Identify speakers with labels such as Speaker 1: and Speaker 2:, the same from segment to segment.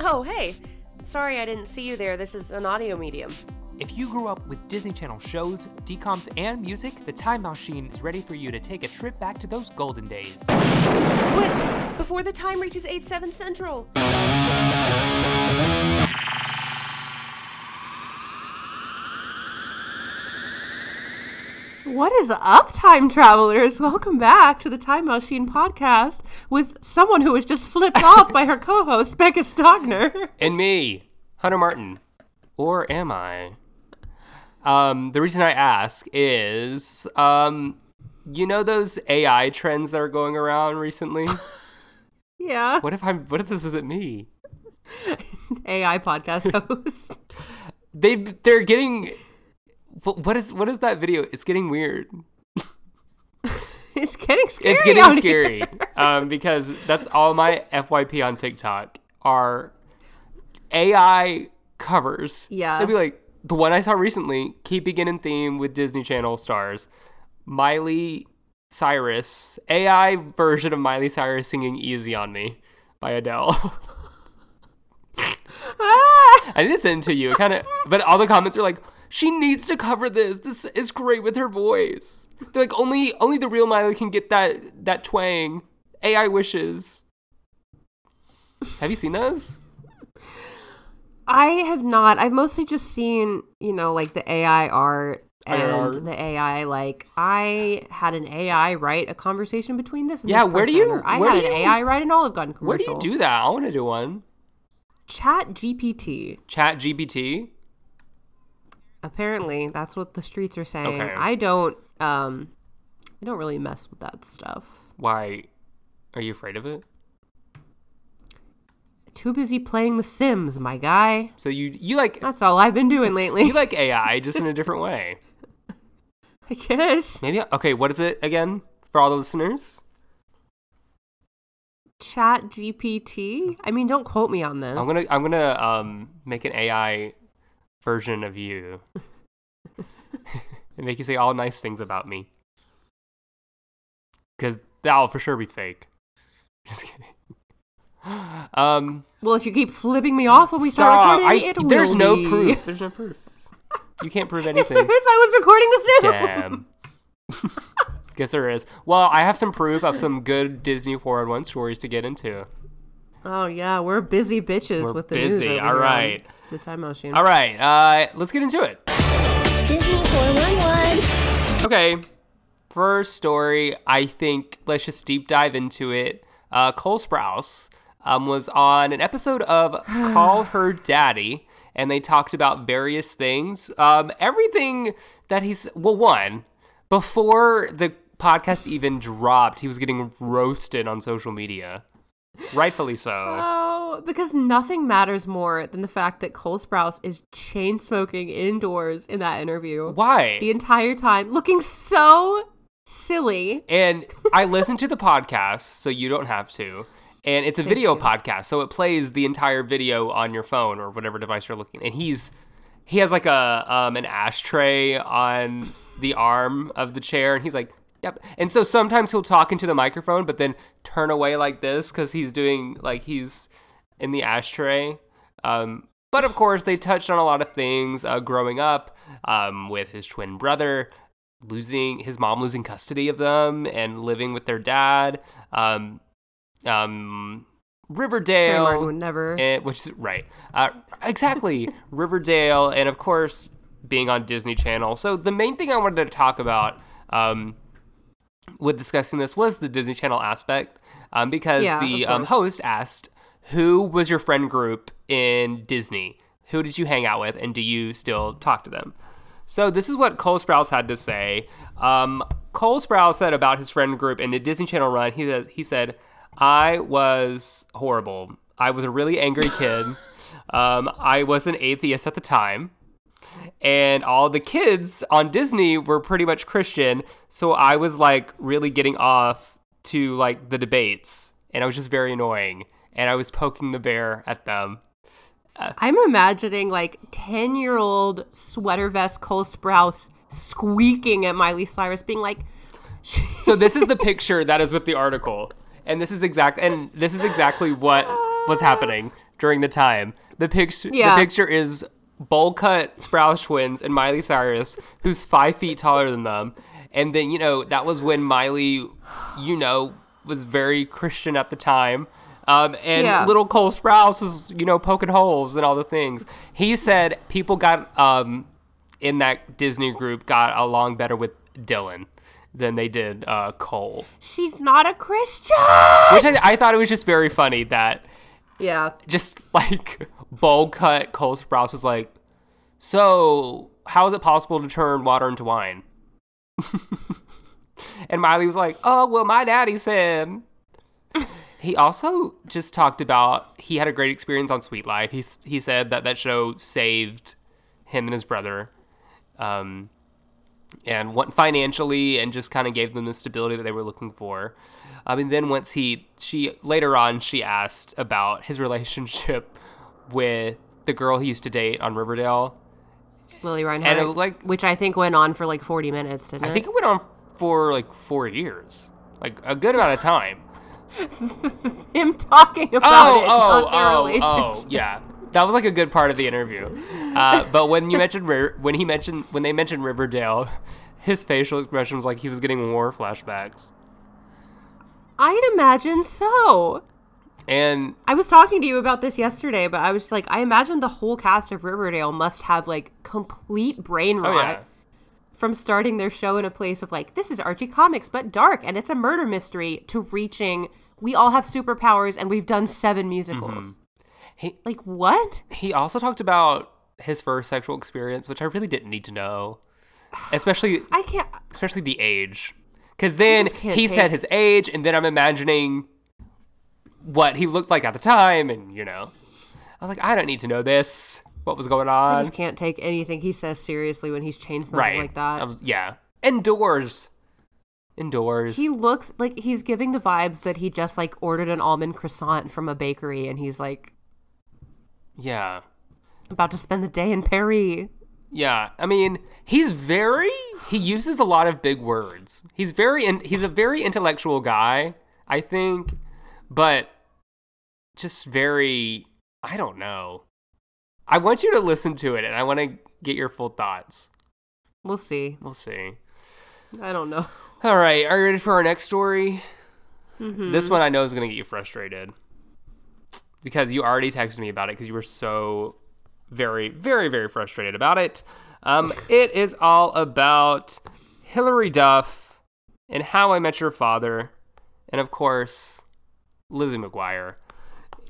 Speaker 1: Oh, hey. Sorry I didn't see you there. This is an audio medium.
Speaker 2: If you grew up with Disney Channel shows, DCOMs, and music, the Time Machine is ready for you to take a trip back to those golden days.
Speaker 1: Quick! Before the time reaches 8 7 Central!
Speaker 3: What is up, time travelers? Welcome back to the Time Machine podcast with someone who was just flipped off by her co host, Becca Stogner.
Speaker 2: And me, Hunter Martin. Or am I? Um, the reason I ask is, um, you know those AI trends that are going around recently?
Speaker 3: Yeah.
Speaker 2: what if I'm? What if this isn't me?
Speaker 3: AI podcast host.
Speaker 2: They they're getting. wh- What is what is that video? It's getting weird.
Speaker 3: it's getting scary.
Speaker 2: It's getting
Speaker 3: out here.
Speaker 2: scary um, because that's all my FYP on TikTok are AI covers.
Speaker 3: Yeah.
Speaker 2: they'll be like the one I saw recently, keeping it in theme with Disney Channel stars, Miley Cyrus AI version of Miley Cyrus singing "Easy on Me" by Adele.
Speaker 3: Ah!
Speaker 2: I didn't send it to you. It kind of, but all the comments are like, she needs to cover this. This is great with her voice. They're like, only only the real Miley can get that that twang. AI wishes. Have you seen those?
Speaker 3: I have not. I've mostly just seen, you know, like the AI art and
Speaker 2: IR.
Speaker 3: the AI. Like, I had an AI write a conversation between this and
Speaker 2: Yeah,
Speaker 3: this
Speaker 2: where do
Speaker 3: person,
Speaker 2: you-
Speaker 3: or I
Speaker 2: where
Speaker 3: had
Speaker 2: do
Speaker 3: an
Speaker 2: you-
Speaker 3: AI write an Olive Garden commercial.
Speaker 2: Where do you do that? I want to do one.
Speaker 3: Chat GPT.
Speaker 2: Chat GPT.
Speaker 3: Apparently, that's what the streets are saying.
Speaker 2: Okay.
Speaker 3: I don't um I don't really mess with that stuff.
Speaker 2: Why? Are you afraid of it?
Speaker 3: Too busy playing The Sims, my guy.
Speaker 2: So you you like
Speaker 3: That's all I've been doing
Speaker 2: you
Speaker 3: lately.
Speaker 2: like AI just in a different way.
Speaker 3: I guess.
Speaker 2: Maybe okay. What is it again for all the listeners?
Speaker 3: Chat GPT. I mean, don't quote me on this.
Speaker 2: I'm gonna I'm gonna um make an AI version of you and make you say all nice things about me. Cause that'll for sure be fake. Just kidding. Um,
Speaker 3: Well, if you keep flipping me off when we
Speaker 2: stop.
Speaker 3: start recording,
Speaker 2: I-
Speaker 3: it
Speaker 2: there's
Speaker 3: will
Speaker 2: no
Speaker 3: be.
Speaker 2: proof. There's no proof. You can't prove
Speaker 3: Yes, there
Speaker 2: anything.
Speaker 3: is. I was recording The Sims.
Speaker 2: Damn. Guess there is. Well, I have some proof of some good Disney 401 stories to get into.
Speaker 3: Oh yeah, we're busy bitches
Speaker 2: We're
Speaker 3: with the news.
Speaker 2: busy,
Speaker 3: over
Speaker 2: all
Speaker 3: here on
Speaker 2: right.
Speaker 3: The time machine.
Speaker 2: All right, uh, let's get into it.
Speaker 4: Disney 411.
Speaker 2: Okay. First story, I think let's just deep dive into it. Uh, Cole Sprouse um, was on an episode of Call Her Daddy, and they talked about various things. Um, everything that he's, well, one, before the podcast even dropped, he was getting roasted on social media. Rightfully so.
Speaker 3: Oh, because nothing matters more than the fact that Cole Sprouse is chain smoking indoors in that interview
Speaker 2: Why?
Speaker 3: the entire time, looking so silly.
Speaker 2: And I listen to the podcast, so you don't have to. And it's a video podcast, so it plays the entire video on your phone or whatever device you're looking. And he's he has like a um, an ashtray on the arm of the chair, and he's like, "Yep." And so sometimes he'll talk into the microphone, but then turn away like this because he's doing like he's in the ashtray. Um, but of course, they touched on a lot of things uh, growing up um, with his twin brother, losing his mom losing custody of them and living with their dad. Um, um,
Speaker 3: Trey
Speaker 2: Riverdale,
Speaker 3: Martin would never.
Speaker 2: and, Eh, which is right, uh, exactly Riverdale, and of course being on Disney Channel. So the main thing I wanted to talk about um, with discussing this was the Disney Channel aspect, um, because
Speaker 3: Yeah,
Speaker 2: the
Speaker 3: of
Speaker 2: um,
Speaker 3: course.
Speaker 2: host asked, "Who was your friend group in Disney? Who did you hang out with, and do you still talk to them?" So this is what Cole Sprouse had to say. Um, Cole Sprouse said about his friend group in the Disney Channel run. He says he said, "I was horrible. I was a really angry kid. um, I was an atheist at the time." and all the kids on Disney were pretty much Christian. So I was like really getting off to like the debates, and I was just very annoying, and I was poking the bear at them.
Speaker 3: I'm imagining like 10 year old sweater vest Cole Sprouse squeaking at Miley Cyrus, being like,
Speaker 2: So this is the picture that is with the article, and this is exact, and this is exactly what was happening. during the time. The picture,
Speaker 3: Yeah.
Speaker 2: the picture is bowl cut Sprouse twins and Miley Cyrus, who's five feet taller than them. And then you know that was when Miley, you know, was very Christian at the time. Um, and
Speaker 3: Yeah.
Speaker 2: little Cole Sprouse was, you know, poking holes and all the things. He said people got um, in that Disney group got along better with Dylan than they did uh, Cole,
Speaker 3: She's not a Christian.
Speaker 2: which I, I thought it was just very funny that
Speaker 3: Yeah.
Speaker 2: just like bowl cut Cole Sprouse was like, so how is it possible to turn water into wine? and Miley was like, oh well, my daddy said. He also just talked about he had a great experience on Sweet Life. He s- he said that that show saved him and his brother, um, and what financially and just kind of gave them the stability that they were looking for. Um, and then once he she later on she asked about his relationship with the girl he used to date on Riverdale.
Speaker 3: Lily Reinhardt.
Speaker 2: And it was like-
Speaker 3: which I think went on for like 40 minutes, didn't
Speaker 2: I
Speaker 3: it?
Speaker 2: think it went on for like four years, like a good amount of time.
Speaker 3: Him talking about
Speaker 2: oh,
Speaker 3: it,
Speaker 2: oh,
Speaker 3: not their
Speaker 2: oh,
Speaker 3: relationship.
Speaker 2: oh, yeah. That was like a good part of the interview. Uh, but when you mentioned Ri- when he mentioned when they mentioned Riverdale, his facial expression was like he was getting war flashbacks.
Speaker 3: I'd imagine so.
Speaker 2: And
Speaker 3: I was talking to you about this yesterday, but I was just like, I imagine the whole cast of Riverdale must have like complete brain
Speaker 2: oh
Speaker 3: rot
Speaker 2: yeah,
Speaker 3: from starting their show in a place of like, this is Archie Comics, but dark and it's a murder mystery, to reaching, we all have superpowers and we've done seven musicals.
Speaker 2: Mm-hmm. He-
Speaker 3: like, what?
Speaker 2: he also talked about his first sexual experience, which I really didn't need to know, especially
Speaker 3: I can't.
Speaker 2: especially the age. Because then
Speaker 3: just can't
Speaker 2: he
Speaker 3: take-
Speaker 2: said his age, and then I'm imagining what he looked like at the time, and you know, I was like, I don't need to know this. What was going
Speaker 3: I
Speaker 2: on?
Speaker 3: just can't take anything he says seriously when he's chain smoking
Speaker 2: Um, Right.
Speaker 3: like that.
Speaker 2: I was- yeah. Indoors. Indoors.
Speaker 3: he looks like he's giving the vibes that he just like ordered an almond croissant from a bakery and he's like
Speaker 2: yeah.
Speaker 3: about to spend the day in Paris.
Speaker 2: Yeah. I mean, he's very. He uses a lot of big words. He's very. In, he's a very intellectual guy, I think, but just very. I don't know. I want you to listen to it, and I want to get your full thoughts.
Speaker 3: We'll see.
Speaker 2: We'll see.
Speaker 3: I don't know.
Speaker 2: All right. Are you ready for our next story? This one I know is going to get you frustrated because you already texted me about it because you were so very, very, very frustrated about it. Um, it is all about Hillary Duff and How I Met Your Father, and of course, Lizzie McGuire.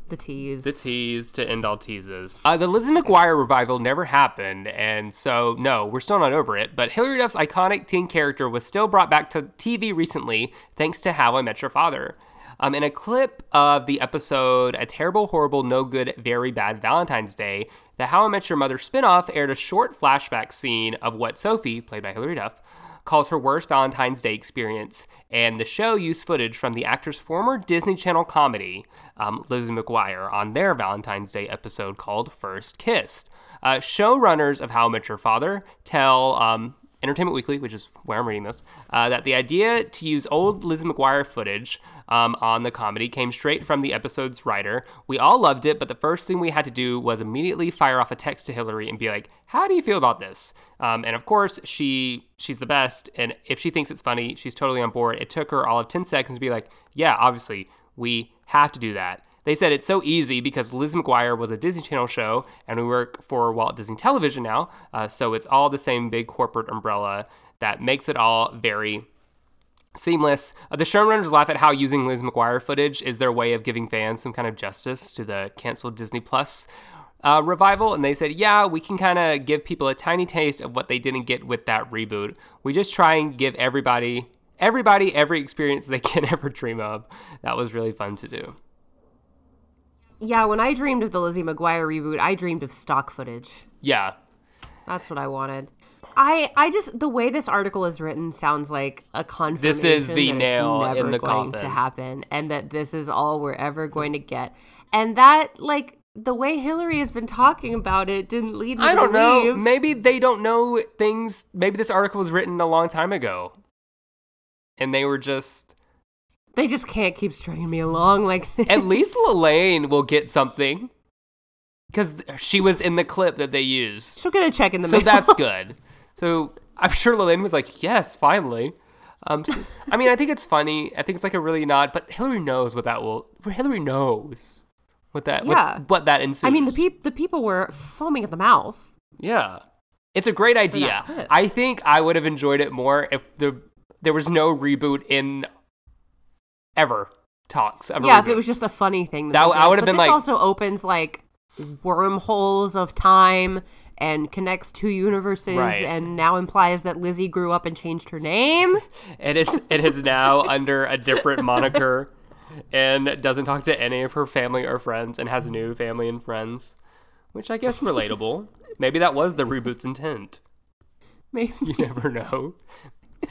Speaker 3: The tease.
Speaker 2: The tease to end all teases. Uh, the Lizzie McGuire revival never happened, and so no, we're still not over it. But Hillary Duff's iconic teen character was still brought back to TV recently, thanks to How I Met Your Father. Um, in a clip of the episode "A Terrible, Horrible, No Good, Very Bad Valentine's Day," the How I Met Your Mother spinoff aired a short flashback scene of what Sophie, played by Hillary Duff, calls her worst Valentine's Day experience, and the show used footage from the actor's former Disney Channel comedy, um, Lizzie McGuire, on their Valentine's Day episode called First Kissed. Uh, showrunners of How I Met Your Father tell um, Entertainment Weekly, which is where I'm reading this, uh, that the idea to use old Lizzie McGuire footage um, on the comedy came straight from the episode's writer. We all loved it, but the first thing we had to do was immediately fire off a text to Hillary and be like, "How do you feel about this?" Um, and of course, she she's the best, and if she thinks it's funny, she's totally on board. It took her all of ten seconds to be like, "Yeah, obviously, we have to do that." They said it's so easy because Liz McGuire was a Disney Channel show, and we work for Walt Disney Television now, uh, so it's all the same big corporate umbrella that makes it all very seamless. Uh, the showrunners laugh at how using Liz McGuire footage is their way of giving fans some kind of justice to the canceled Disney Plus uh, revival, and they said, "Yeah, we can kind of give people a tiny taste of what they didn't get with that reboot. We just try and give everybody." Everybody, every experience they can ever dream of. That was really fun to do.
Speaker 3: yeah, when I dreamed of the Lizzie McGuire reboot, I dreamed of stock footage.
Speaker 2: Yeah.
Speaker 3: That's what I wanted. I I just the way this article is written sounds like a confirmation
Speaker 2: the
Speaker 3: that
Speaker 2: nail
Speaker 3: it's never
Speaker 2: in the
Speaker 3: going to
Speaker 2: coffin.
Speaker 3: happen, and that this is all we're ever going to get, and that like the way Hillary has been talking about it didn't lead me
Speaker 2: I don't
Speaker 3: to
Speaker 2: know.
Speaker 3: believe-
Speaker 2: Maybe they don't know things. Maybe this article was written a long time ago. And they were just.
Speaker 3: They just can't keep stringing me along like this.
Speaker 2: At least Lelaine will get something. because she was in the clip that they used.
Speaker 3: She'll get a check in the
Speaker 2: So
Speaker 3: mail.
Speaker 2: that's good. So I'm sure Lillian was like, yes, finally. Um, so- I mean, I think it's funny. I think it's like a really nod, but Hillary knows what that will. Hillary knows what that. what-
Speaker 3: Yeah.
Speaker 2: What, that ensues.
Speaker 3: I mean, the peop- the people were foaming at the mouth.
Speaker 2: Yeah, it's a great
Speaker 3: clip.
Speaker 2: idea. I think I would have enjoyed it more if the there was no reboot in ever talks. Ever
Speaker 3: Yeah, if it
Speaker 2: reboot.
Speaker 3: was just a funny thing.
Speaker 2: Oh That-
Speaker 3: they did.
Speaker 2: I would've
Speaker 3: But
Speaker 2: been
Speaker 3: this
Speaker 2: like-
Speaker 3: also opens like wormholes of time and connects two universes,
Speaker 2: Right.
Speaker 3: and now implies that Lizzie grew up and changed her name.
Speaker 2: It is it is now under a different moniker and doesn't talk to any of her family or friends and has new family and friends, which I guess relatable. Maybe that was the reboot's intent.
Speaker 3: Maybe.
Speaker 2: You never know.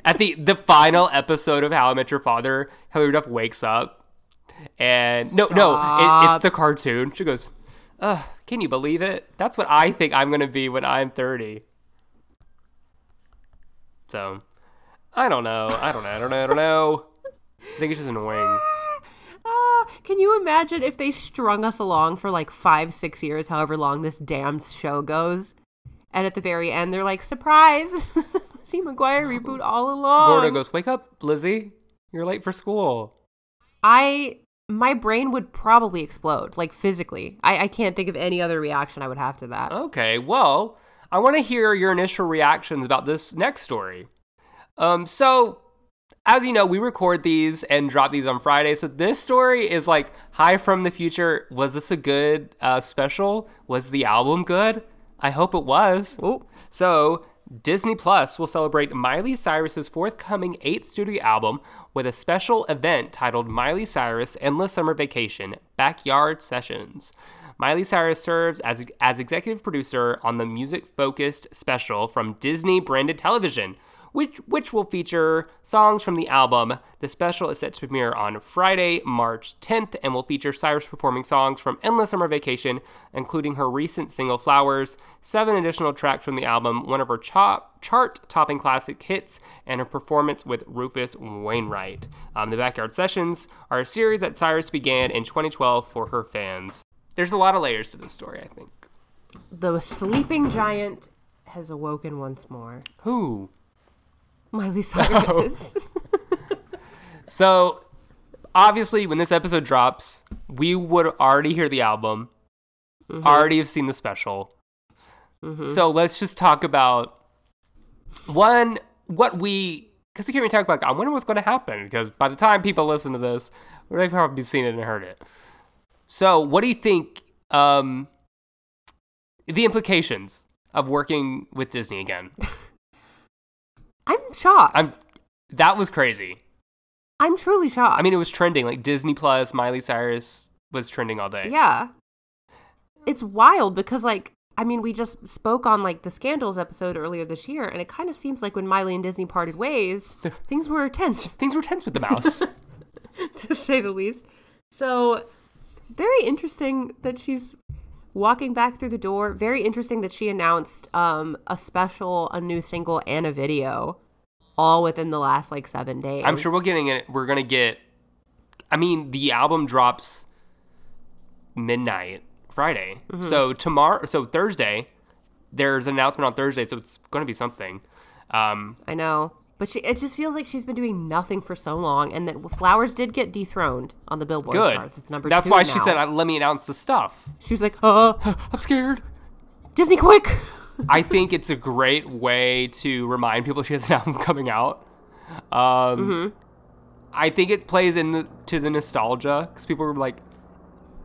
Speaker 2: At the the final episode of How I Met Your Father, Hillary Duff wakes up and no no, it, it's
Speaker 3: Stop.
Speaker 2: the cartoon. She goes, Ugh, can you believe it? That's what I think I'm gonna be when I'm thirty. So I don't know. I don't know, I don't know, I don't know. I think it's just annoying.
Speaker 3: Ah, can you imagine if they strung us along for like five, six years, however long this damn show goes? And at the very end, they're like, surprise, this was the Lizzie McGuire reboot all along.
Speaker 2: Gordo goes, Wake up, Lizzie. You're late for school.
Speaker 3: I, my brain would probably explode, like physically. I, I can't think of any other reaction I would have to that.
Speaker 2: Okay, well, I want to hear your initial reactions about this next story. Um, so, as you know, we record these and drop these on Friday. So this story is like, "Hi from the future." Was this a good uh, special? Was the album good? I hope it was.
Speaker 3: Oh,
Speaker 2: So, Disney Plus will celebrate Miley Cyrus's forthcoming eighth studio album with a special event titled Miley Cyrus Endless Summer Vacation Backyard Sessions. Miley Cyrus serves as, as executive producer on the music focused special from Disney branded television, which, which will feature songs from the album. The special is set to premiere on Friday, March 10th, and will feature Cyrus performing songs from Endless Summer Vacation, including her recent single Flowers, seven additional tracks from the album, one of her chart topping classic hits, and her performance with Rufus Wainwright. Um, the Backyard Sessions are a series that Cyrus began in 2012 for her fans. There's a lot of layers to this story, I think.
Speaker 3: the sleeping giant has awoken once more.
Speaker 2: Who? Oh.
Speaker 3: Miley Cyrus.
Speaker 2: So, obviously, when this episode drops, we would already hear the album, already have seen the special. So let's just talk about one what we because we can't really talk about. I wonder what's going to happen because by the time people listen to this, they've probably seen it and heard it. So, what do you think? Um, the implications of working with Disney again.
Speaker 3: I'm shocked. I'm,
Speaker 2: I'm that was crazy.
Speaker 3: truly shocked.
Speaker 2: I mean, it was trending. Like Disney Plus, Miley Cyrus was trending all day.
Speaker 3: Yeah. It's wild because like I mean, we just spoke on like the scandals episode earlier this year, and it kind of seems like when Miley and Disney parted ways, things were tense
Speaker 2: Things were tense with the mouse.
Speaker 3: to say the least. So very interesting that she's walking back through the door. Very interesting that she announced um, a special, a new single, and a video, all within the last like seven days.
Speaker 2: I'm sure we're getting it. We're gonna get. I mean, the album drops midnight Friday.
Speaker 3: Mm-hmm.
Speaker 2: So tomorrow, so Thursday, there's an announcement on Thursday. So it's gonna be something. Um,
Speaker 3: I know. But she, it just feels like she's been doing nothing for so long, and that Flowers did get dethroned on the Billboard
Speaker 2: good.
Speaker 3: charts. It's number
Speaker 2: That's
Speaker 3: two.
Speaker 2: why she
Speaker 3: now.
Speaker 2: said, "I- "Let me announce the stuff."
Speaker 3: she was like, "Uh,
Speaker 2: I'm scared.
Speaker 3: Disney, quick!"
Speaker 2: I think it's a great way to remind people she has an album coming out. Um, I think it plays into the nostalgia because people were like,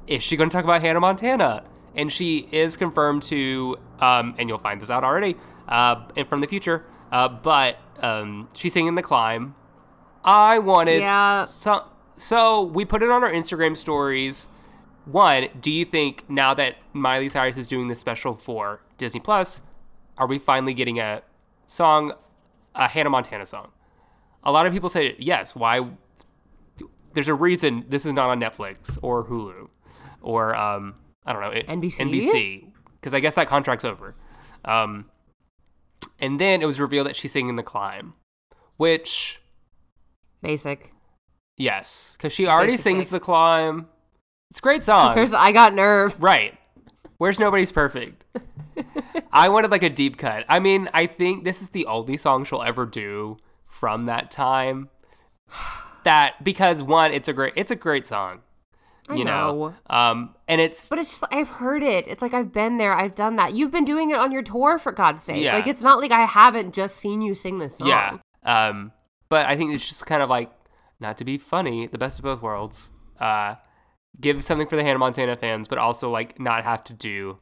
Speaker 2: "Is she going to talk about Hannah Montana?" And she is confirmed to, um, and you'll find this out already, uh, and from the future. Uh, but um, she's singing "The Climb." I wanted
Speaker 3: Yeah.
Speaker 2: so, so we put it on our Instagram stories. One, do you think now that Miley Cyrus is doing this special for Disney Plus, are we finally getting a song, a Hannah Montana song? A lot of people say yes. Why? There's a reason this is not on Netflix or Hulu or um, I don't know it,
Speaker 3: NBC?
Speaker 2: NBC because I guess that contract's over. Um, and then it was revealed that she's singing "The Climb," which
Speaker 3: Basic.
Speaker 2: Yes, because she already
Speaker 3: Basically.
Speaker 2: sings the climb. It's a great song,
Speaker 3: Here's I got nerve.
Speaker 2: right? Where's Nobody's Perfect? I wanted like a deep cut. I mean, I think this is the only song she'll ever do from that time. That because one, it's a great it's a great song.
Speaker 3: I
Speaker 2: You know. Um and it's
Speaker 3: But it's just I've heard it. It's like I've been there. I've done that. You've been doing it on your tour for God's sake.
Speaker 2: Yeah.
Speaker 3: Like it's not like I haven't just seen you sing this song.
Speaker 2: yeah. Um but I think it's just kind of like not to be funny, the best of both worlds. Uh give something for the Hannah Montana fans, but also like not have to do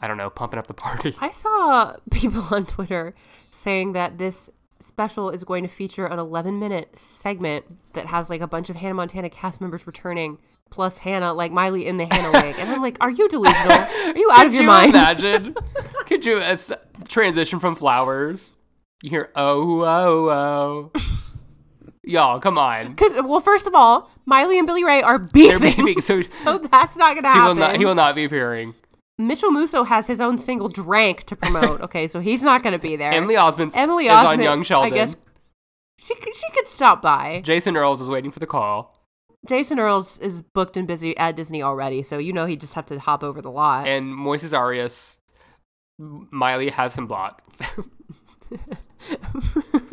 Speaker 2: I don't know, pumping up the party.
Speaker 3: I saw people on Twitter saying that this special is going to feature an 11 minute segment that has like a bunch of Hannah Montana cast members returning plus Hannah like Miley in the Hannah wig and I'm like are you delusional are you out of
Speaker 2: Could
Speaker 3: your
Speaker 2: you
Speaker 3: mind
Speaker 2: imagine? Could you uh, s- transition from flowers? You hear oh oh oh. Y'all, come on.
Speaker 3: cuz well first of all Miley and Billy Ray are beefing,
Speaker 2: They're beefing, so
Speaker 3: so that's not going to
Speaker 2: he
Speaker 3: happen
Speaker 2: will not. He will not be appearing.
Speaker 3: Mitchell Musso has his own single "Drank" to promote. Okay, so he's not going to be there.
Speaker 2: Emily Osment
Speaker 3: Emily
Speaker 2: is
Speaker 3: Osment,
Speaker 2: on Young Sheldon.
Speaker 3: I guess she could, she could stop by.
Speaker 2: Jason Earls is waiting for the call,
Speaker 3: Jason Earls is booked and busy at Disney already, so you know he'd just have to hop over the lot.
Speaker 2: and Moises Arias. Miley has him blocked.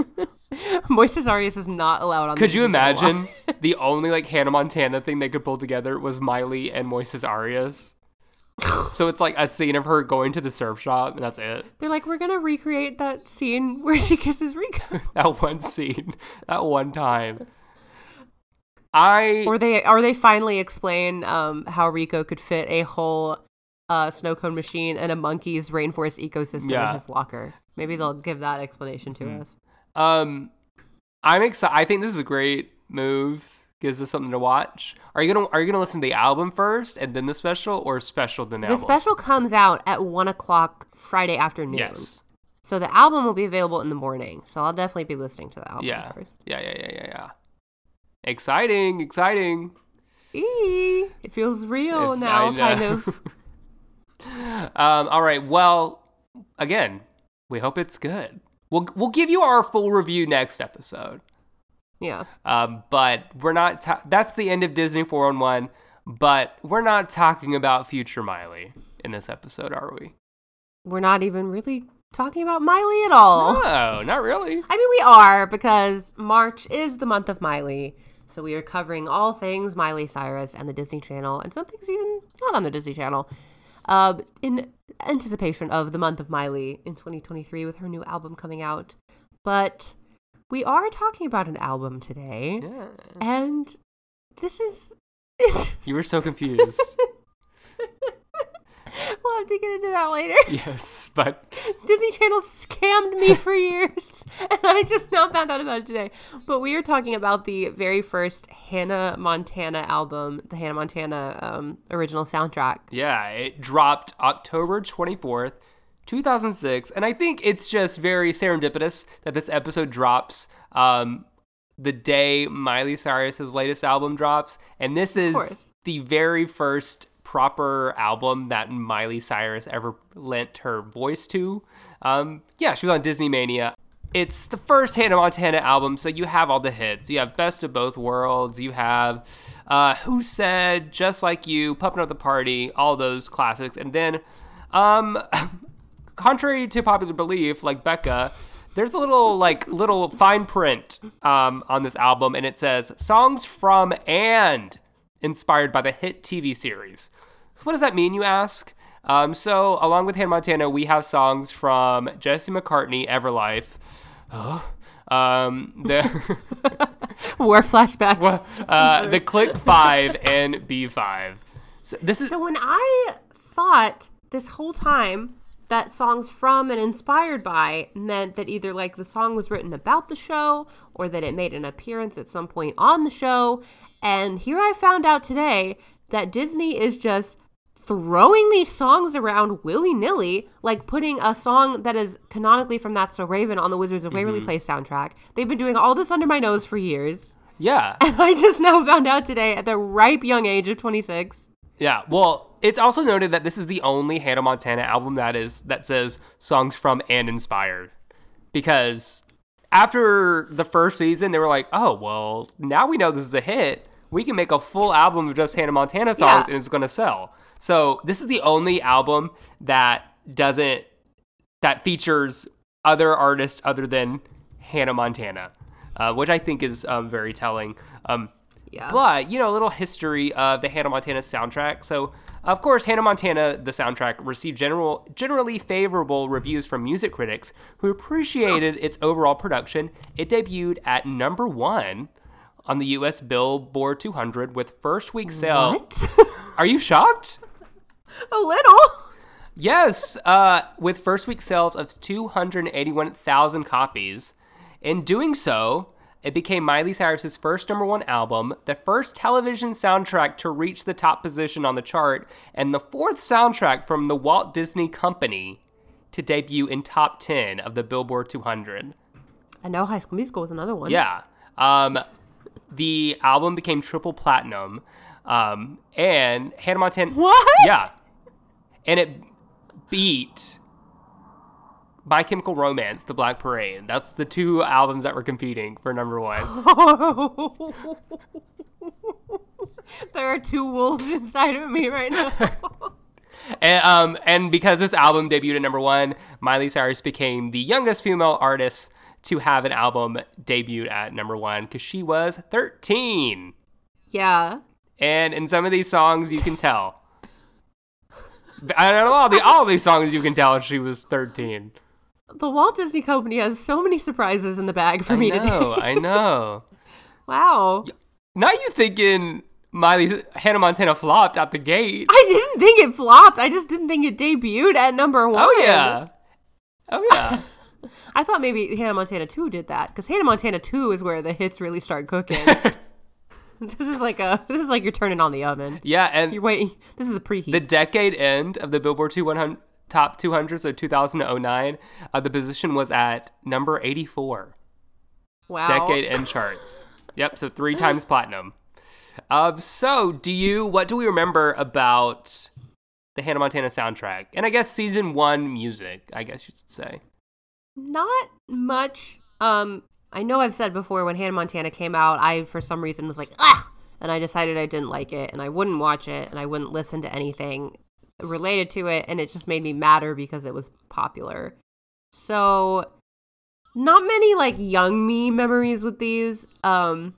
Speaker 3: Moises Arias is not allowed on. the
Speaker 2: could you
Speaker 3: Disney Channel lot.
Speaker 2: imagine the only like Hannah Montana thing they could pull together was Miley and Moises Arias? so it's like a scene of her going to the surf shop, and that's it.
Speaker 3: They're like, we're gonna recreate that scene where she kisses Rico,
Speaker 2: that one scene, that one time. I
Speaker 3: or they or they finally explain um, how Rico could fit a whole uh, snow cone machine and a monkey's rainforest ecosystem
Speaker 2: Yeah. Mm-hmm.
Speaker 3: in his locker. Maybe they'll give that explanation to us.
Speaker 2: um, I'm excited. I think this is a great move. Gives us something to watch. Are you gonna Are you gonna listen to the album first and then the special, or special then the,
Speaker 3: The
Speaker 2: album?
Speaker 3: special comes out at one o'clock Friday afternoon.
Speaker 2: Yes.
Speaker 3: So the album will be available in the morning. So I'll definitely be listening to the album
Speaker 2: Yeah.
Speaker 3: first.
Speaker 2: Yeah. Yeah. Yeah. Yeah. Yeah. Exciting! Exciting!
Speaker 3: Eee, it feels real
Speaker 2: If-
Speaker 3: now,
Speaker 2: I know.
Speaker 3: kind of.
Speaker 2: Um, all right. Well, again, we hope it's good. We'll we'll give you our full review next episode.
Speaker 3: Yeah.
Speaker 2: Um, but we're not. Ta- that's the end of Disney 411. But we're not talking about future Miley in this episode, are we?
Speaker 3: We're not even really talking about Miley at all.
Speaker 2: No, not really.
Speaker 3: I mean, we are because March is the month of Miley. So we are covering all things Miley Cyrus and the Disney Channel, and some things even not on the Disney Channel, uh, in anticipation of the month of Miley in 2023 with her new album coming out. But we are talking about an album today,
Speaker 2: Yeah.
Speaker 3: and this is. It's,
Speaker 2: You were so confused.
Speaker 3: we'll have to get into that later.
Speaker 2: yes, but
Speaker 3: Disney Channel scammed me for years, and I just now found out about it today. But we are talking about the very first Hannah Montana album, the Hannah Montana um, original soundtrack.
Speaker 2: yeah, it dropped October 24th, 2006, and I think it's just very serendipitous that this episode drops um, the day Miley Cyrus's latest album drops, and this is
Speaker 3: course.
Speaker 2: the very first proper album that Miley Cyrus ever lent her voice to. Um, yeah, she was on Disney Mania. It's the first Hannah Montana album, so you have all the hits. You have Best of Both Worlds. You have uh, Who Said, Just Like You, Pumping Up the Party, all those classics. And then um, contrary to popular belief, like Becca, there's a little like little fine print um, on this album, and it says songs from and inspired by the hit TV series. So what does that mean, you ask? Um, so along with Hannah Montana, we have songs from Jesse McCartney, Everlife. Oh. Um, the
Speaker 3: War flashbacks.
Speaker 2: uh, the Click Five and B Five. So this is
Speaker 3: So when I thought this whole time that songs from and inspired by meant that either like the song was written about the show or that it made an appearance at some point on the show, and here I found out today that Disney is just throwing these songs around willy-nilly like putting a song that is canonically from that's so raven on the wizards of waverly place soundtrack they've been doing all this under my nose for years
Speaker 2: yeah.
Speaker 3: and i just now found out today at the ripe young age of 26
Speaker 2: Yeah. Well, it's also noted that this is the only Hannah Montana album that is that says songs from and inspired. Because after the first season, they were like, "Oh, well, now we know this is a hit. We can make a full album of just Hannah Montana songs,
Speaker 3: Yeah.
Speaker 2: and it's going to sell." So this is the only album that doesn't that features other artists other than Hannah Montana, uh, which I think is um, very telling. Um,
Speaker 3: Yeah.
Speaker 2: But you know, a little history of the Hannah Montana soundtrack. So, of course, Hannah Montana, the soundtrack, received general generally favorable reviews from music critics who appreciated its overall production. It debuted at number one on the U.S. Billboard 200 with first week sale.
Speaker 3: What?
Speaker 2: Are you shocked?
Speaker 3: a little.
Speaker 2: Yes, uh, with first week sales of 281,000 copies. In doing so, it became Miley Cyrus's first number one album, the first television soundtrack to reach the top position on the chart, and the fourth soundtrack from the Walt Disney Company to debut in top 10 of the Billboard 200.
Speaker 3: I know High School Musical was another one.
Speaker 2: Yeah. Um, the album became triple platinum. Um, and Hannah Montana.
Speaker 3: What?
Speaker 2: Yeah. And it beat by Chemical Romance, The Black Parade. That's the two albums that were competing for number one.
Speaker 3: there are two wolves inside of me right now.
Speaker 2: and, um, and because this album debuted at number one, Miley Cyrus became the youngest female artist to have an album debut at number one because she was 13.
Speaker 3: yeah.
Speaker 2: And in some of these songs, you can tell. I don't know all the all these songs you can tell she was thirteen.
Speaker 3: The Walt Disney Company has so many surprises in the bag for
Speaker 2: I
Speaker 3: me
Speaker 2: know,
Speaker 3: today.
Speaker 2: I know.
Speaker 3: wow.
Speaker 2: Now you thinking Miley Hannah Montana flopped out the gate?
Speaker 3: I didn't think it flopped. I just didn't think it debuted at number one.
Speaker 2: Oh yeah, oh yeah.
Speaker 3: I thought maybe Hannah Montana 2 did that because Hannah Montana 2 is where the hits really start cooking. this is like a this is like you're turning on the oven.
Speaker 2: Yeah, and
Speaker 3: You're waiting. This is the preheat.
Speaker 2: the decade end of the Billboard 200 top 200, so 2009, uh, the position was at number 84.
Speaker 3: wow.
Speaker 2: decade end charts. Yep, so three times platinum. Um, so do you? What do we remember about the Hannah Montana soundtrack? And I guess season one music. I guess you should say.
Speaker 3: Not much. Um, I know I've said before when Hannah Montana came out, I for some reason was like, ah, and I decided I didn't like it, and I wouldn't watch it, and I wouldn't listen to anything related to it, and it just made me madder because it was popular. So, not many like young me memories with these. Um,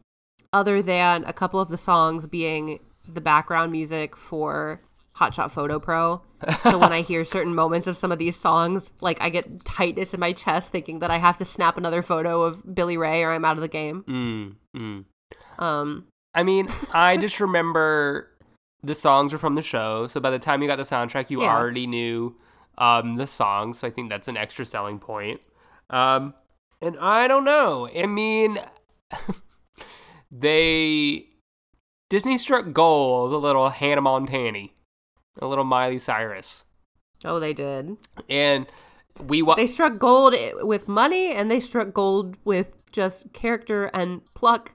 Speaker 3: other than a couple of the songs being the background music for Hot Shot Photo Pro. so when I hear certain moments of some of these songs, like I get tightness in my chest thinking that I have to snap another photo of Billy Ray or I'm out of the game.
Speaker 2: Mm, mm.
Speaker 3: Um,
Speaker 2: I mean, I just remember the songs were from the show. So by the time you got the soundtrack, you
Speaker 3: Yeah.
Speaker 2: already knew um, the songs. So I think that's an extra selling point. Um, and I don't know. I mean, they Disney struck gold with a little Hannah Montana, a little Miley Cyrus,
Speaker 3: oh, they did.
Speaker 2: and we wa-
Speaker 3: They struck gold i- with money and they struck gold with just character and pluck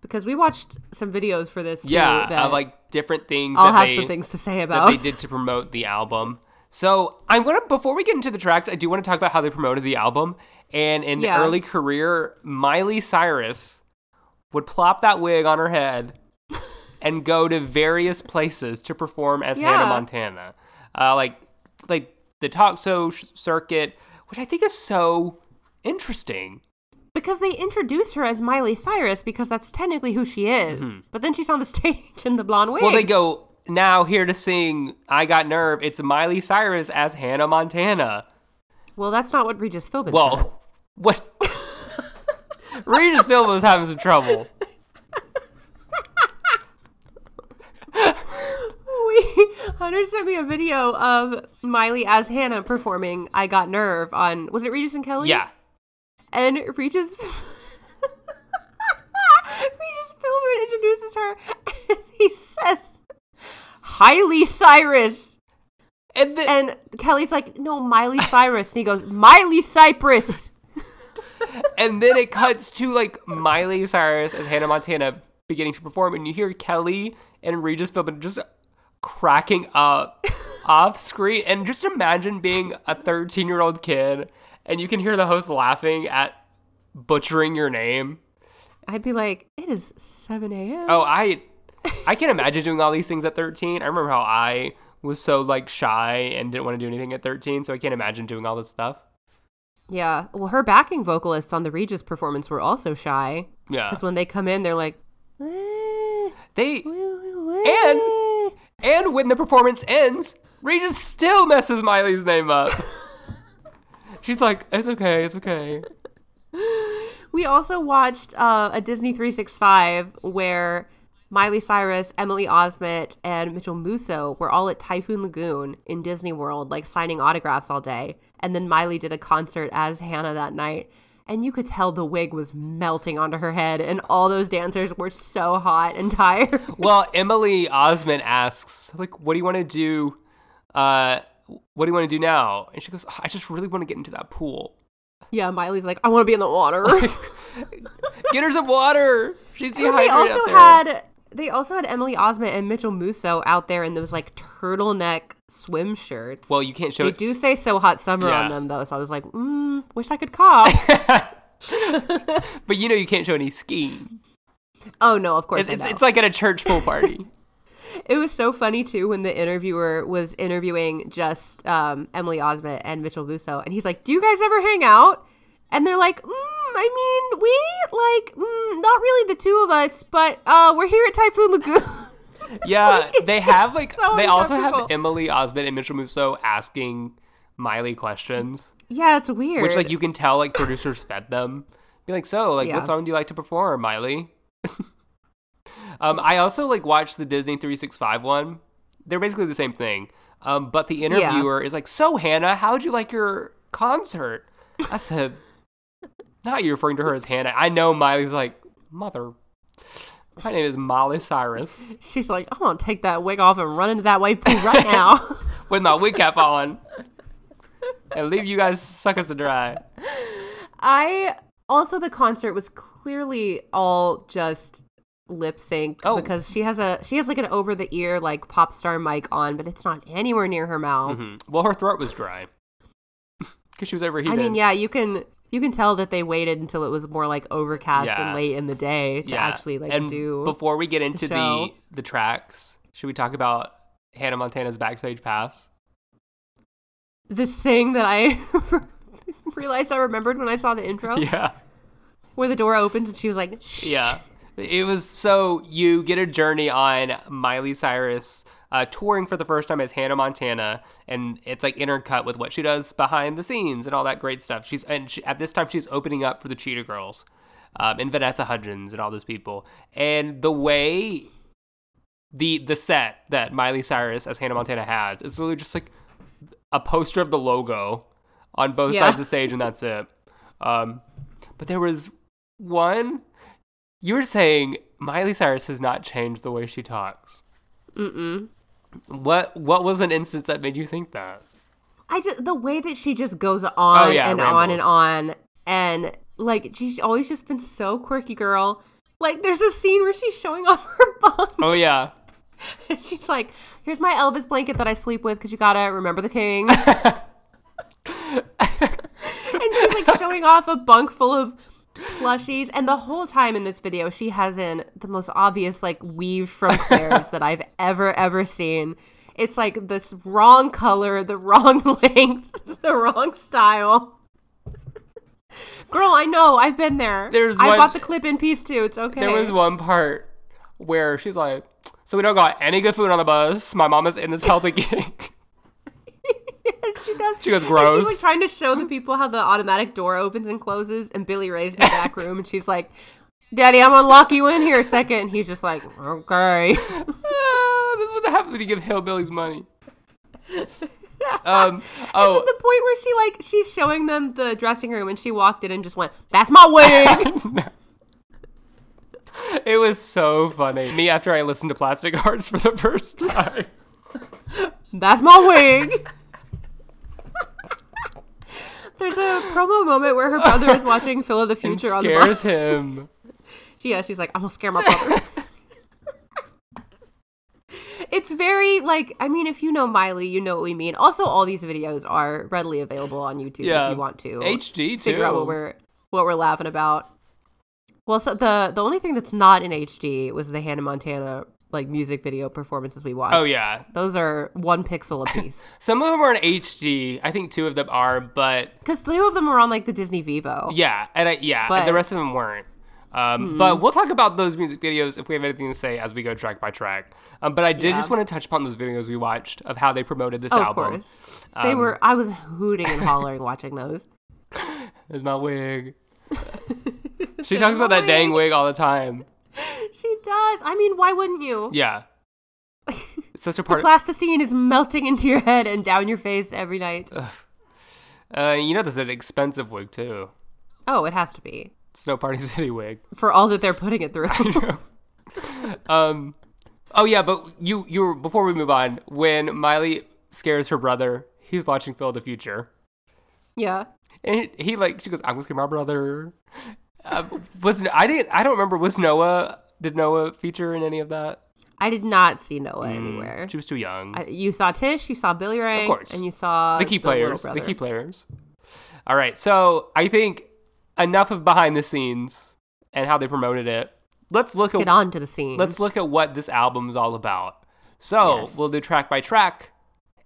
Speaker 3: because we watched some videos for this. Too,
Speaker 2: yeah,
Speaker 3: that
Speaker 2: uh, like different things.
Speaker 3: I'll
Speaker 2: that
Speaker 3: have
Speaker 2: they,
Speaker 3: some things to say
Speaker 2: that
Speaker 3: about.
Speaker 2: they did to promote the album. So I'm gonna before we get into the tracks, I do want to talk about how they promoted the album. And in
Speaker 3: Yeah.
Speaker 2: early career, Miley Cyrus would plop that wig on her head and go to various places to perform as Hannah
Speaker 3: Yeah.
Speaker 2: Montana, uh, like like the talk show sh- circuit, which I think is so interesting.
Speaker 3: Because they introduced her as Miley Cyrus because that's technically who she is. But then she's on the stage in the blonde wig.
Speaker 2: Mm-hmm. Well, they go now here to sing "I Got Nerve." It's Miley Cyrus as Hannah Montana.
Speaker 3: Well, that's not what Regis Philbin said.
Speaker 2: Well, what? Regis Philbin was having some trouble.
Speaker 3: We, Hunter sent me a video of Miley as Hannah performing I Got Nerve on, was it Regis and Kelly?
Speaker 2: Yeah.
Speaker 3: And Regis. Regis Philbin introduces her and he says, Hiley Cyrus.
Speaker 2: And, the,
Speaker 3: And Kelly's like, no, Miley Cyrus. And he goes, Miley Cypress.
Speaker 2: and then it cuts to like Miley Cyrus as Hannah Montana beginning to perform, and you hear Kelly and Regis Philbin just cracking up off screen. And just imagine being a 13 year old kid, and you can hear the host laughing at butchering your name.
Speaker 3: I'd be like, it is 7 a.m.
Speaker 2: Oh, I I can imagine doing all these things at 13. I remember how I was so like shy and didn't want to do anything at 13, so I can't imagine doing all this stuff.
Speaker 3: Yeah. Well, her backing vocalists on the Regis performance were also shy.
Speaker 2: Yeah.
Speaker 3: Because when they come in, they're like, "Eh,
Speaker 2: They
Speaker 3: and
Speaker 2: and when the performance ends, Regis still messes Miley's name up. She's like, "It's okay, it's okay."
Speaker 3: we also watched uh, a Disney 365 where Miley Cyrus, Emily Osment, and Mitchell Musso were all at Typhoon Lagoon in Disney World, like signing autographs all day. And then Miley did a concert as Hannah that night. And you could tell the wig was melting onto her head, and all those dancers were so hot and tired.
Speaker 2: Well, Emily Osment asks, like, what do you want to do? Uh, what do you want to do now? And she goes, I just really want to get into that pool.
Speaker 3: yeah, Miley's like, I want to be in the water.
Speaker 2: Get her some water. She's
Speaker 3: And
Speaker 2: dehydrated.
Speaker 3: they
Speaker 2: out
Speaker 3: also
Speaker 2: there.
Speaker 3: had they also had Emily Osment and Mitchell Musso out there in those like turtleneck swim shirts.
Speaker 2: Well, you can't show
Speaker 3: They
Speaker 2: it.
Speaker 3: do say "so hot summer"
Speaker 2: Yeah.
Speaker 3: on them though, so I was like, mm, wish I could cop.
Speaker 2: but you know you can't show any skiing.
Speaker 3: oh no, of course
Speaker 2: It's, it's,
Speaker 3: I know.
Speaker 2: it's like at a church pool party.
Speaker 3: it was so funny too when the interviewer was interviewing just um, Emily Osment and Mitchell Musso, and he's like, "Do you guys ever hang out?" And they're like, mm, "I mean, we like mm, not really the two of us, but uh, we're here at Typhoon Lagoon."
Speaker 2: yeah, they have like
Speaker 3: so
Speaker 2: they also have
Speaker 3: uncomfortable.
Speaker 2: Emily Osment and Mitchell Musso asking Miley questions.
Speaker 3: yeah, it's weird.
Speaker 2: Which like you can tell like producers fed them. Be like, so like
Speaker 3: Yeah.
Speaker 2: what song do you like to perform, Miley? um, I also like watched the Disney 365 one. They're basically the same thing. Um, but the interviewer is like, So Hannah, how'd you like your concert? I said, Not you referring to her as Hannah. I know Miley's like, Mother. My name is Molly Cyrus.
Speaker 3: She's like, I'm gonna take that wig off and run into that wave pool right now.
Speaker 2: With my wig cap on. And leave you guys suckers to dry.
Speaker 3: I also the concert was clearly all just lip sync
Speaker 2: Oh.
Speaker 3: because she has a she has like an over the ear like pop star mic on, but it's not anywhere near her mouth.
Speaker 2: Mhm. Well, her throat was dry because she was overheated.
Speaker 3: I mean, yeah, you can you can tell that they waited until it was more like overcast
Speaker 2: Yeah.
Speaker 3: and late in the day to
Speaker 2: Yeah.
Speaker 3: actually like
Speaker 2: and
Speaker 3: do.
Speaker 2: Before we get into the, the
Speaker 3: show.
Speaker 2: tracks, should we talk about Hannah Montana's backstage pass?
Speaker 3: this thing that I realized I remembered when I saw the intro
Speaker 2: Yeah,
Speaker 3: where the door opens and she was like, "Shh."
Speaker 2: yeah. It was so you get a journey on Miley Cyrus uh, touring for the first time as Hannah Montana, and it's like intercut with what she does behind the scenes and all that great stuff. She's and she, at this time she's opening up for the Cheetah Girls, um, and Vanessa Hudgens and all those people, and the way the the set that Miley Cyrus as Hannah Montana has is really just like a poster of the logo on both
Speaker 3: Yeah.
Speaker 2: sides of the stage, and that's it. Um, but there was one. You were saying Miley Cyrus has not changed the way she talks.
Speaker 3: Mm-mm.
Speaker 2: What what was an instance that made you think that?
Speaker 3: I just the way that she just goes on
Speaker 2: Oh, yeah,
Speaker 3: and on
Speaker 2: rambles.
Speaker 3: and on and like she's always just been so quirky girl. Like there's a scene where she's showing off her bum.
Speaker 2: Oh yeah,
Speaker 3: and she's like, "Here's my Elvis blanket that I sleep with because you gotta remember the king." and she's like showing off a bunk full of plushies and the whole time in this video she has in the most obvious like weave from claire's that i've ever ever seen it's like this wrong color the wrong length the wrong style girl i know i've been there
Speaker 2: There's
Speaker 3: i
Speaker 2: one-
Speaker 3: bought the clip in piece too it's okay
Speaker 2: there was one part where she's like, "So we don't got any good food on the bus. My mama's in this healthy gig."
Speaker 3: yes, she does.
Speaker 2: She goes,
Speaker 3: And
Speaker 2: "Gross."
Speaker 3: She's like trying to show the people how the automatic door opens and closes, and Billy Ray's in the back room, and she's like, "Daddy, I'm gonna lock you in here a second. And he's just like, "Okay."
Speaker 2: Ah, this is what happens when you give hillbillies money. um.
Speaker 3: And
Speaker 2: Oh.
Speaker 3: then the point where she like she's showing them the dressing room, and she walked in and just went, "That's my wig."
Speaker 2: It was so funny. Me after I listened to Plastic Hearts for the first time.
Speaker 3: That's my wig. There's a promo moment where her brother is watching Phil of the
Speaker 2: It
Speaker 3: Future on the
Speaker 2: scares
Speaker 3: bus.
Speaker 2: him.
Speaker 3: Yeah, she's like, I'm gonna scare my brother. it's very like, I mean, if you know Miley, you know what we mean. Also, all these videos are readily available on YouTube
Speaker 2: Yeah.
Speaker 3: if you want to
Speaker 2: HD too.
Speaker 3: figure out what we're what we're laughing about. Well, so the the only thing that's not in HD was the Hannah Montana like music video performances we watched.
Speaker 2: Oh yeah,
Speaker 3: Those are one pixel a piece.
Speaker 2: some of them are in HD. I think two of them are, but
Speaker 3: Because two of them were on like the Disney Vivo.
Speaker 2: yeah, and I, yeah,
Speaker 3: But- Mm-hmm.
Speaker 2: the rest of them weren't. Um, But we'll talk about those music videos if we have anything to say as we go track by track. Um, but I did just want to touch upon those videos we watched of how they promoted this
Speaker 3: Oh, of
Speaker 2: album. Um,
Speaker 3: course. they were. I was hooting and hollering watching those.
Speaker 2: Is my wig. she talks about that dang wig all the time.
Speaker 3: She does. I mean, why wouldn't you?
Speaker 2: Yeah. It's such a
Speaker 3: The
Speaker 2: part.
Speaker 3: plasticine is melting into your head and down your face every night.
Speaker 2: uh, you know, this is an expensive wig too.
Speaker 3: Oh, it has to be
Speaker 2: Snow Party City wig.
Speaker 3: for all that they're putting it through.
Speaker 2: Um. Oh yeah, but you you were, before we move on, when Miley scares her brother, he's watching Phil the Future,
Speaker 3: yeah.
Speaker 2: and he, he, like she goes, "I'm gonna scare my brother." Uh, was I didn't I don't remember was Noah did Noah feature in any of that?
Speaker 3: I did not see Noah
Speaker 2: Mm.
Speaker 3: anywhere.
Speaker 2: She was too young.
Speaker 3: I- You saw Tish, you saw Billy Ray,
Speaker 2: course.
Speaker 3: and you saw
Speaker 2: the key
Speaker 3: little
Speaker 2: players. The
Speaker 3: brother.
Speaker 2: key players. All right. So I think enough of behind the scenes and how they promoted it. Let's look
Speaker 3: Get
Speaker 2: at
Speaker 3: on to the scene.
Speaker 2: let's look at what this album's all about. So
Speaker 3: Yes.
Speaker 2: we'll do track by track,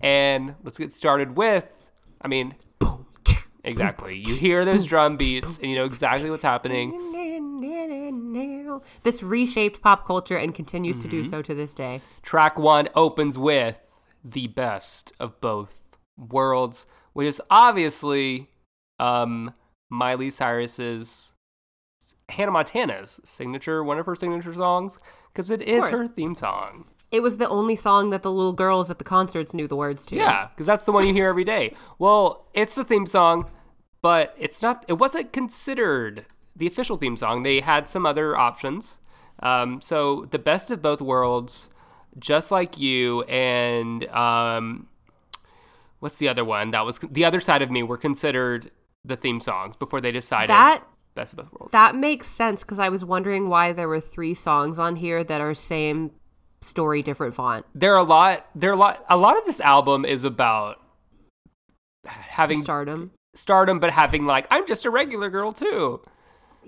Speaker 2: and let's get started with. I mean, exactly. You hear those drum beats, and you know exactly what's happening.
Speaker 3: This reshaped pop culture and continues to do
Speaker 2: Mm-hmm.
Speaker 3: so to this day.
Speaker 2: Track one opens with the best of both worlds, which is obviously um, Miley Cyrus's Hannah Montana's signature, one of her signature songs, because it is her
Speaker 3: course.
Speaker 2: theme song.
Speaker 3: It was the only song that the little girls at the concerts knew the words to.
Speaker 2: Yeah, because that's the one you hear every day. Well, it's the theme song, but it's not. It wasn't considered the official theme song. They had some other options. Um, so the best of both worlds, just like you, and um, what's the other one? That was the other side of me were considered the theme songs before they decided
Speaker 3: That
Speaker 2: best of both worlds.
Speaker 3: that makes sense because I was wondering why there were three songs on here that are same story, different font.
Speaker 2: there are a lot. There are a lot. A lot of this album is about having
Speaker 3: Stardom.
Speaker 2: stardom, but having like I'm just a regular girl too.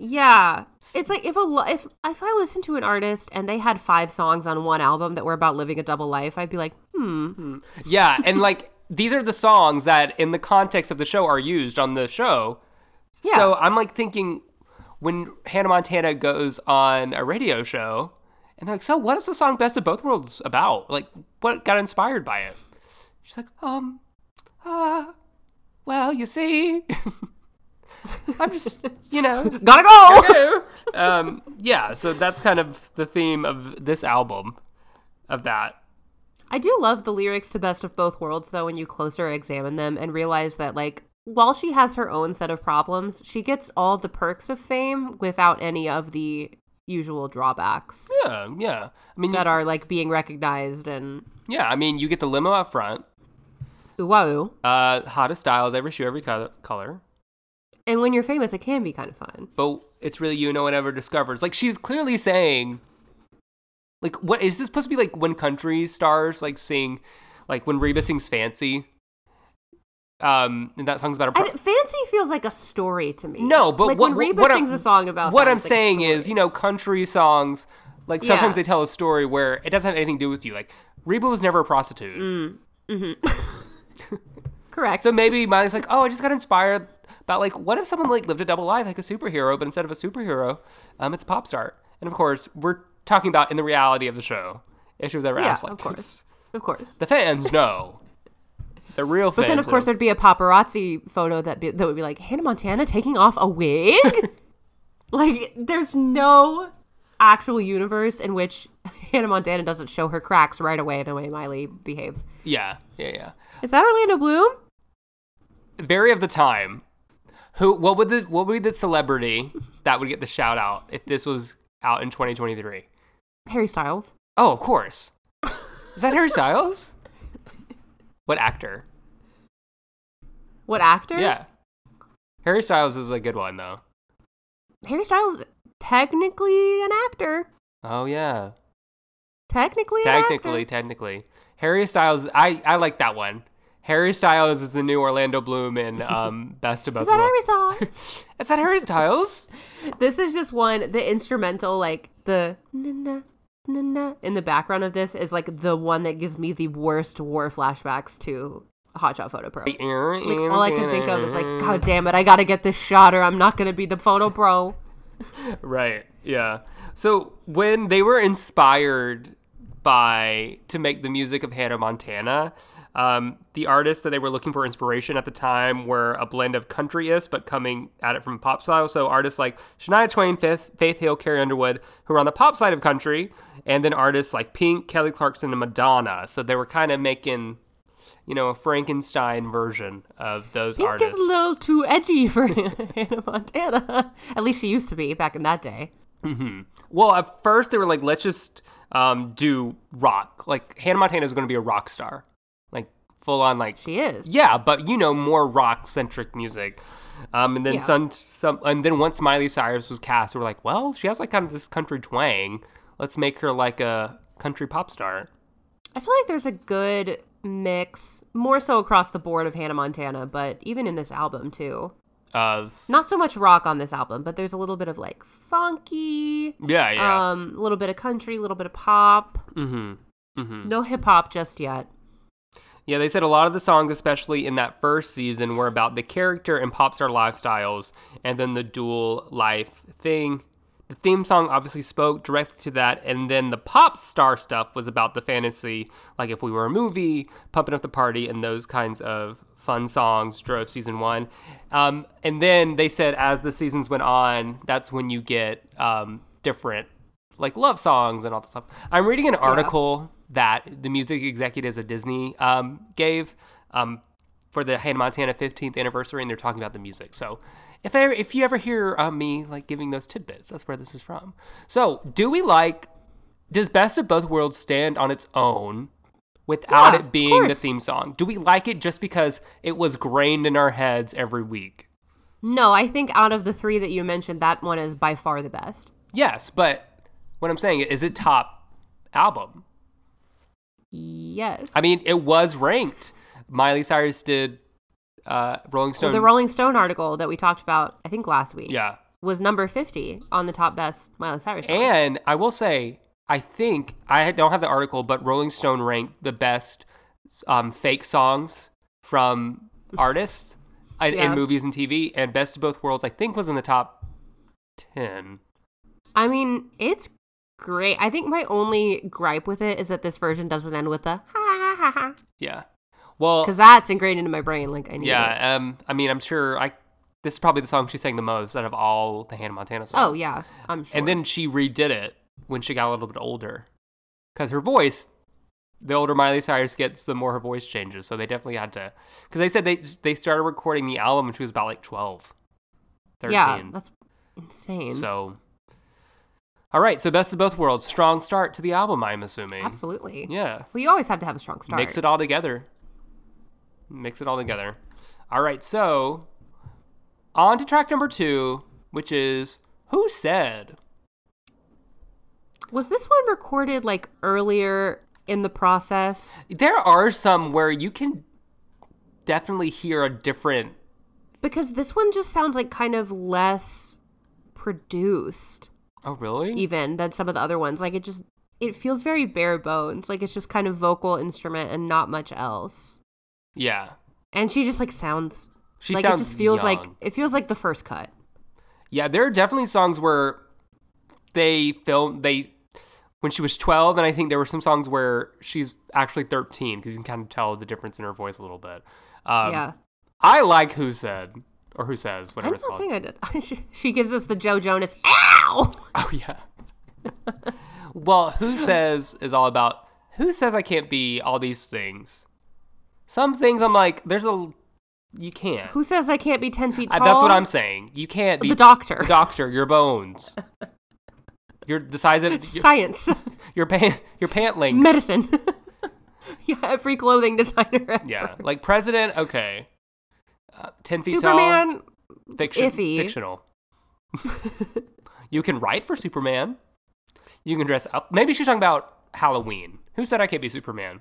Speaker 3: Yeah, it's like if a lo- if if I listened to an artist and they had five songs on one album that were about living a double life, I'd be like, hmm.
Speaker 2: Yeah, and like these are the songs that in the context of the show are used on the show.
Speaker 3: Yeah.
Speaker 2: So I'm like thinking when Hannah Montana goes on a radio show and they're like, So what is the song Best of Both Worlds about? Like what got inspired by it? She's like, um uh well, you see I'm just you know
Speaker 3: gotta go.
Speaker 2: um yeah, so that's kind of the theme of this album of that.
Speaker 3: I do love the lyrics to Best of Both Worlds though when you closer examine them and realize that like while she has her own set of problems, she gets all the perks of fame without any of the usual drawbacks
Speaker 2: Yeah, yeah. I mean you-
Speaker 3: that are like being recognized and
Speaker 2: Yeah, I mean, you get the limo up front,
Speaker 3: ooh ah, ooh.
Speaker 2: uh, hottest styles, every shoe, every color, color.
Speaker 3: And when you're famous, it can be kind of fun.
Speaker 2: But it's really you no one ever discovers. Like she's clearly saying, like, what is this supposed to be like when country stars like sing, like when Reba sings "Fancy," um, and that song's about a.
Speaker 3: I
Speaker 2: pro-
Speaker 3: th- fancy feels like a story to me.
Speaker 2: no, but
Speaker 3: like
Speaker 2: what
Speaker 3: when Reba
Speaker 2: what I'm-
Speaker 3: sings a song about
Speaker 2: what
Speaker 3: that,
Speaker 2: I'm
Speaker 3: it's like a
Speaker 2: saying
Speaker 3: story.
Speaker 2: is, you know, country songs, like sometimes
Speaker 3: Yeah.
Speaker 2: they tell a story where it doesn't have anything to do with you. Like Reba was never a prostitute.
Speaker 3: correct.
Speaker 2: So maybe Miley's like, oh, I just got inspired about like, what if someone like lived a double life like a superhero, but instead of a superhero, um, it's a pop star. And of course, we're talking about in the reality of the show. If she was ever
Speaker 3: yeah,
Speaker 2: asked like
Speaker 3: of
Speaker 2: this.
Speaker 3: course, of course.
Speaker 2: the fans know, the real fans.
Speaker 3: But then, of course,
Speaker 2: know.
Speaker 3: there'd be a paparazzi photo that be, that would be like Hannah Montana taking off a wig. like, there's no actual universe in which Hannah Montana doesn't show her cracks right away the way Miley behaves.
Speaker 2: yeah, yeah, yeah.
Speaker 3: Is that Orlando Bloom?
Speaker 2: Very of the time. Who? What would the what would be the celebrity that would get the shout out if this was out in 2023?
Speaker 3: Harry Styles.
Speaker 2: Oh, of course. Is that Harry Styles? What actor?
Speaker 3: What actor?
Speaker 2: Yeah. Harry Styles is a good one though.
Speaker 3: Harry Styles, technically an actor.
Speaker 2: Oh yeah.
Speaker 3: Technically, an actor.
Speaker 2: Technically, technically. Harry Styles I I like that one. Harry Styles is the new Orlando Bloom in um Best of Both
Speaker 3: Is that Harry
Speaker 2: Worlds.
Speaker 3: Styles?
Speaker 2: Is that Harry Styles?
Speaker 3: This is just one, the instrumental, like the na na na, na, in the background of this is like the one that gives me the worst war flashbacks to Hotshot Photo Pro. Like all I can think of is like, God damn it, I gotta get this shot or I'm not gonna be the photo pro.
Speaker 2: Right. Yeah. So when they were inspired by to make the music of Hannah Montana, um, the artists that they were looking for inspiration at the time were a blend of countryist but coming at it from pop style. So artists like Shania Twain, Faith, Faith Hill, Carrie Underwood, who were on the pop side of country, and then artists like Pink, Kelly Clarkson, and Madonna. So they were kind of making, you know, a Frankenstein version of those
Speaker 3: Pink
Speaker 2: artists.
Speaker 3: is a little too edgy for Hannah Montana. At least she used to be back in that day.
Speaker 2: Well, at first they were like, let's just um, do rock. Like Hannah Montana is going to be a rock star, like full on like
Speaker 3: She is.
Speaker 2: yeah, but you know more rock centric music. Um, and then
Speaker 3: Yeah.
Speaker 2: some, some, and then once Miley Cyrus was cast, we were like, well, she has like kind of this country twang. Let's make her like a country pop star.
Speaker 3: I feel like there's a good mix, more so across the board of Hannah Montana, but even in this album too.
Speaker 2: Of
Speaker 3: Not so much rock on this album, but there's a little bit of like funky,
Speaker 2: yeah, yeah,
Speaker 3: um, a little bit of country, a little bit of pop.
Speaker 2: mm-hmm, mm-hmm.
Speaker 3: No hip hop just yet.
Speaker 2: Yeah, they said a lot of the songs, especially in that first season, were about the character and pop star lifestyles, and then the dual life thing. The theme song obviously spoke directly to that, and then the pop star stuff was about the fantasy, like if we were a movie, pumping up the party, and those kinds of fun songs drove season one. Um, and then they said as the seasons went on, that's when you get um, different like love songs and all that stuff. I'm reading an article that the music executives at Disney um, gave um, for the Hannah Montana 15th anniversary, and they're talking about the music. So if I, if you ever hear uh, me like giving those tidbits, that's where this is from. So do we like? Does Best of Both Worlds stand on its own?
Speaker 3: Yeah,
Speaker 2: Without it
Speaker 3: of
Speaker 2: being the
Speaker 3: course.
Speaker 2: theme song, do we like it just because it was grained in our heads every week?
Speaker 3: No, I think out of the three that you mentioned, that one is by far the best.
Speaker 2: Yes, but what I'm saying is, it top album?
Speaker 3: Yes.
Speaker 2: I mean, it was ranked. Miley Cyrus did uh, Rolling Stone.
Speaker 3: the Rolling Stone article that we talked about, I think last week,
Speaker 2: yeah.
Speaker 3: was number 50 on the top best Miley Cyrus. songs.
Speaker 2: And I will say, I think, I don't have the article, but Rolling Stone ranked the best um, fake songs from artists in, in
Speaker 3: Yeah.
Speaker 2: movies and TV. And Best of Both Worlds, I think, was in the top 10.
Speaker 3: I mean, it's great. I think my only gripe with it is that this version doesn't end with a ha ha ha ha
Speaker 2: Yeah. Well,
Speaker 3: because that's ingrained into my brain. Like I need. It.
Speaker 2: yeah. Um, I mean, I'm sure I. This is probably the song she sang the most out of all the Hannah Montana songs.
Speaker 3: Oh yeah, I'm sure.
Speaker 2: And then she redid it when she got a little bit older. Because her voice, the older Miley Cyrus gets, the more her voice changes. So they definitely had to. Because they said they they started recording the album when she was about like 12, 13.
Speaker 3: yeah, that's insane.
Speaker 2: so. All right. So Best of Both Worlds. Strong start to the album, I'm assuming.
Speaker 3: Absolutely.
Speaker 2: Yeah.
Speaker 3: Well, you always have to have a strong start.
Speaker 2: Mix it all together. Mix it all together. All right. So on to track number two, which is Who Said?
Speaker 3: Was this one recorded like earlier in the process?
Speaker 2: There are some where you can definitely hear a different.
Speaker 3: Because this one just sounds like kind of less produced,
Speaker 2: Oh, really?
Speaker 3: even than some of the other ones. Like it just it feels very bare bones. Like it's just kind of vocal instrument and not much else.
Speaker 2: Yeah.
Speaker 3: And she just like sounds
Speaker 2: She
Speaker 3: like
Speaker 2: sounds
Speaker 3: it just feels like
Speaker 2: young.
Speaker 3: it feels like the first cut.
Speaker 2: Yeah, there are definitely songs where they filmed they when she was 12 and I think there were some songs where she's actually 13 cuz you can kind of tell the difference in her voice a little bit. Um,
Speaker 3: yeah.
Speaker 2: I like Who Said or Who Says
Speaker 3: I'm
Speaker 2: whatever
Speaker 3: not
Speaker 2: it's called.
Speaker 3: saying I did. she, she gives us the Joe Jonas ow.
Speaker 2: Oh yeah. well, who says is all about who says I can't be all these things. Some things I'm like, there's a you can't.
Speaker 3: Who says I can't be 10 feet
Speaker 2: I-
Speaker 3: tall?
Speaker 2: that's what I'm saying. You can't be
Speaker 3: The doctor.
Speaker 2: the doctor, your bones. Your the size of your,
Speaker 3: Science.
Speaker 2: your pant your pant length.
Speaker 3: Medicine. yeah, every clothing designer ever.
Speaker 2: Yeah. Like president, okay. Uh, 10 feet tall.
Speaker 3: Superman.
Speaker 2: Fiction,
Speaker 3: iffy.
Speaker 2: Fictional. you can write for Superman. You can dress up. Maybe she's talking about Halloween. Who said I can't be Superman?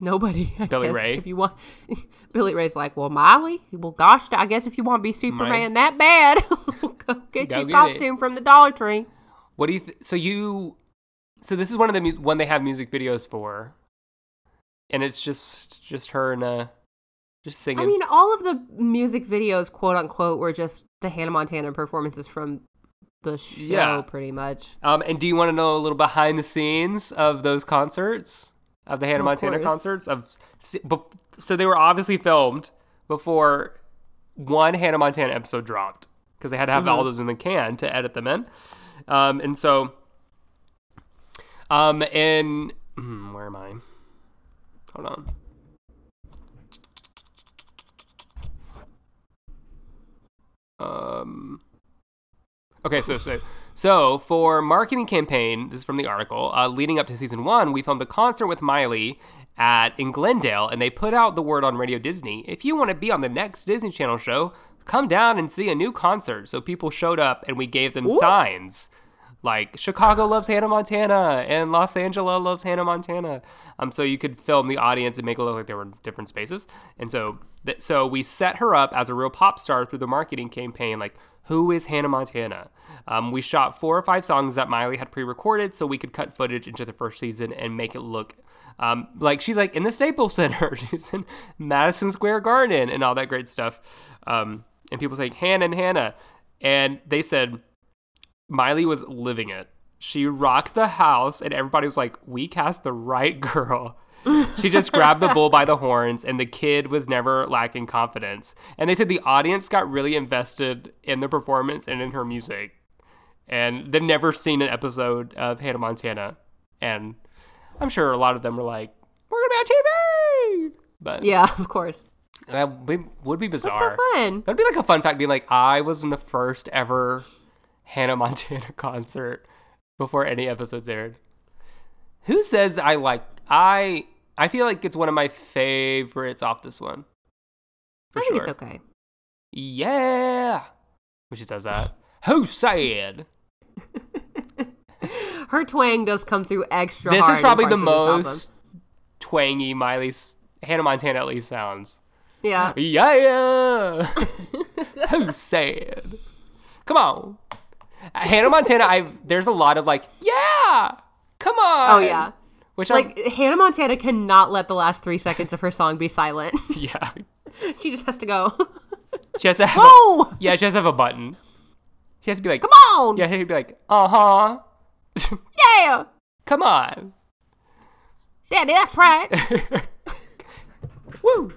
Speaker 3: Nobody. I
Speaker 2: Billy
Speaker 3: guess,
Speaker 2: Ray.
Speaker 3: If you want, Billy Ray's like, well, Miley. Well, gosh, I guess if you want to be Superman
Speaker 2: Right.
Speaker 3: that bad, go get
Speaker 2: Go
Speaker 3: your
Speaker 2: get it.
Speaker 3: costume from the Dollar Tree.
Speaker 2: What do you? Th- so you, so this is one of the mu- one they have music videos for, and it's just just her and uh, just singing.
Speaker 3: I mean, all of the music videos, quote unquote, were just the Hannah Montana performances from the show,
Speaker 2: Yeah.
Speaker 3: pretty much.
Speaker 2: um, and do you want to know a little behind the scenes of those concerts of the Hannah
Speaker 3: Of
Speaker 2: Montana
Speaker 3: course.
Speaker 2: concerts of? s- bef- So they were obviously filmed before one Hannah Montana episode dropped because they had to have
Speaker 3: Mm-hmm.
Speaker 2: all those in the can to edit them in, um, and so. Um, and hmm, where am I? Hold on. Um. Okay, so so so for marketing campaign, this is from the article. Uh, leading up to season one, we filmed a concert with Miley at in Glendale, and they put out the word on Radio Disney: if you want to be on the next Disney Channel show, come down and see a new concert. So people showed up, and we gave them signs like Chicago loves Hannah Montana and Los Angeles loves Hannah Montana. Um, so you could film the audience and make it look like they were in different spaces. And so, th- so we set her up as a real pop star through the marketing campaign. Like, who is Hannah Montana? Um, we shot four or five songs that Miley had pre-recorded, so we could cut footage into the first season and make it look. Um, like she's like in the Staples Center, she's in Madison Square Garden, and all that great stuff. Um, and people say Hannah and Hannah, and they said Miley was living it. She rocked the house, and everybody was like, "We cast the right girl." she just grabbed the bull by the horns, and the kid was never lacking confidence. And they said the audience got really invested in the performance and in her music, and they've never seen an episode of Hannah Montana. And I'm sure a lot of them were like, "We're gonna be on TV," but
Speaker 3: Yeah, of course.
Speaker 2: that would be, would be bizarre.
Speaker 3: That's so fun.
Speaker 2: That'd be like a fun fact, being like, I was in the first ever Hannah Montana concert before any episodes aired. Who says I like I I feel like it's one of my favorites off this one. For
Speaker 3: I think
Speaker 2: sure.
Speaker 3: it's okay.
Speaker 2: Yeah. When she says that. Who said?
Speaker 3: Her twang does come through extra
Speaker 2: This
Speaker 3: hard
Speaker 2: is
Speaker 3: in
Speaker 2: probably the
Speaker 3: parts of this
Speaker 2: most twangy Miley's Hannah Montana at least sounds.
Speaker 3: album. Yeah.
Speaker 2: Yeah. Who said? Come on. Hannah Montana, I there's a lot of like, yeah. Come on.
Speaker 3: Oh, yeah.
Speaker 2: Which
Speaker 3: Like,
Speaker 2: I
Speaker 3: Hannah Montana cannot let the last three seconds of her song be silent.
Speaker 2: yeah.
Speaker 3: she just has to go,
Speaker 2: She has to have a,
Speaker 3: Oh!
Speaker 2: Yeah, she has to have a button. She has to be like,
Speaker 3: Come on!
Speaker 2: Yeah, she has to be like, uh-huh.
Speaker 3: Yeah!
Speaker 2: Come on.
Speaker 3: Daddy, that's right.
Speaker 2: Woo.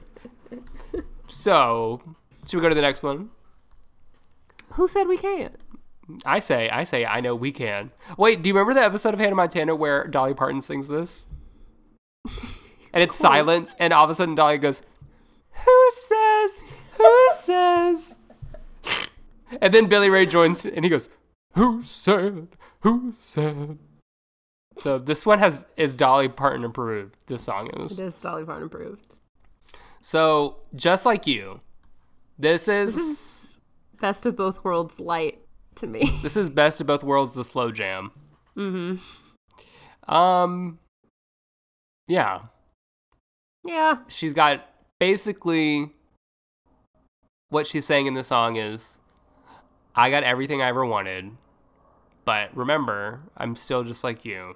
Speaker 2: So, should we go to the next one?
Speaker 3: Who said we can't?
Speaker 2: I say, I say, I know we can. Wait, do you remember the episode of Hannah Montana where Dolly Parton sings this? And it's silence, and all of a sudden Dolly goes, Who says? Who says? and then Billy Ray joins and he goes, Who said? Who said? So this one has is Dolly Parton approved, this song is.
Speaker 3: It is Dolly Parton approved.
Speaker 2: So just like you, this is
Speaker 3: This is best of both worlds light to me.
Speaker 2: This is best of both worlds, the slow jam. Mm-hmm. Um Yeah.
Speaker 3: yeah.
Speaker 2: She's got basically what she's saying in the song is I got everything I ever wanted, but remember, I'm still just like you.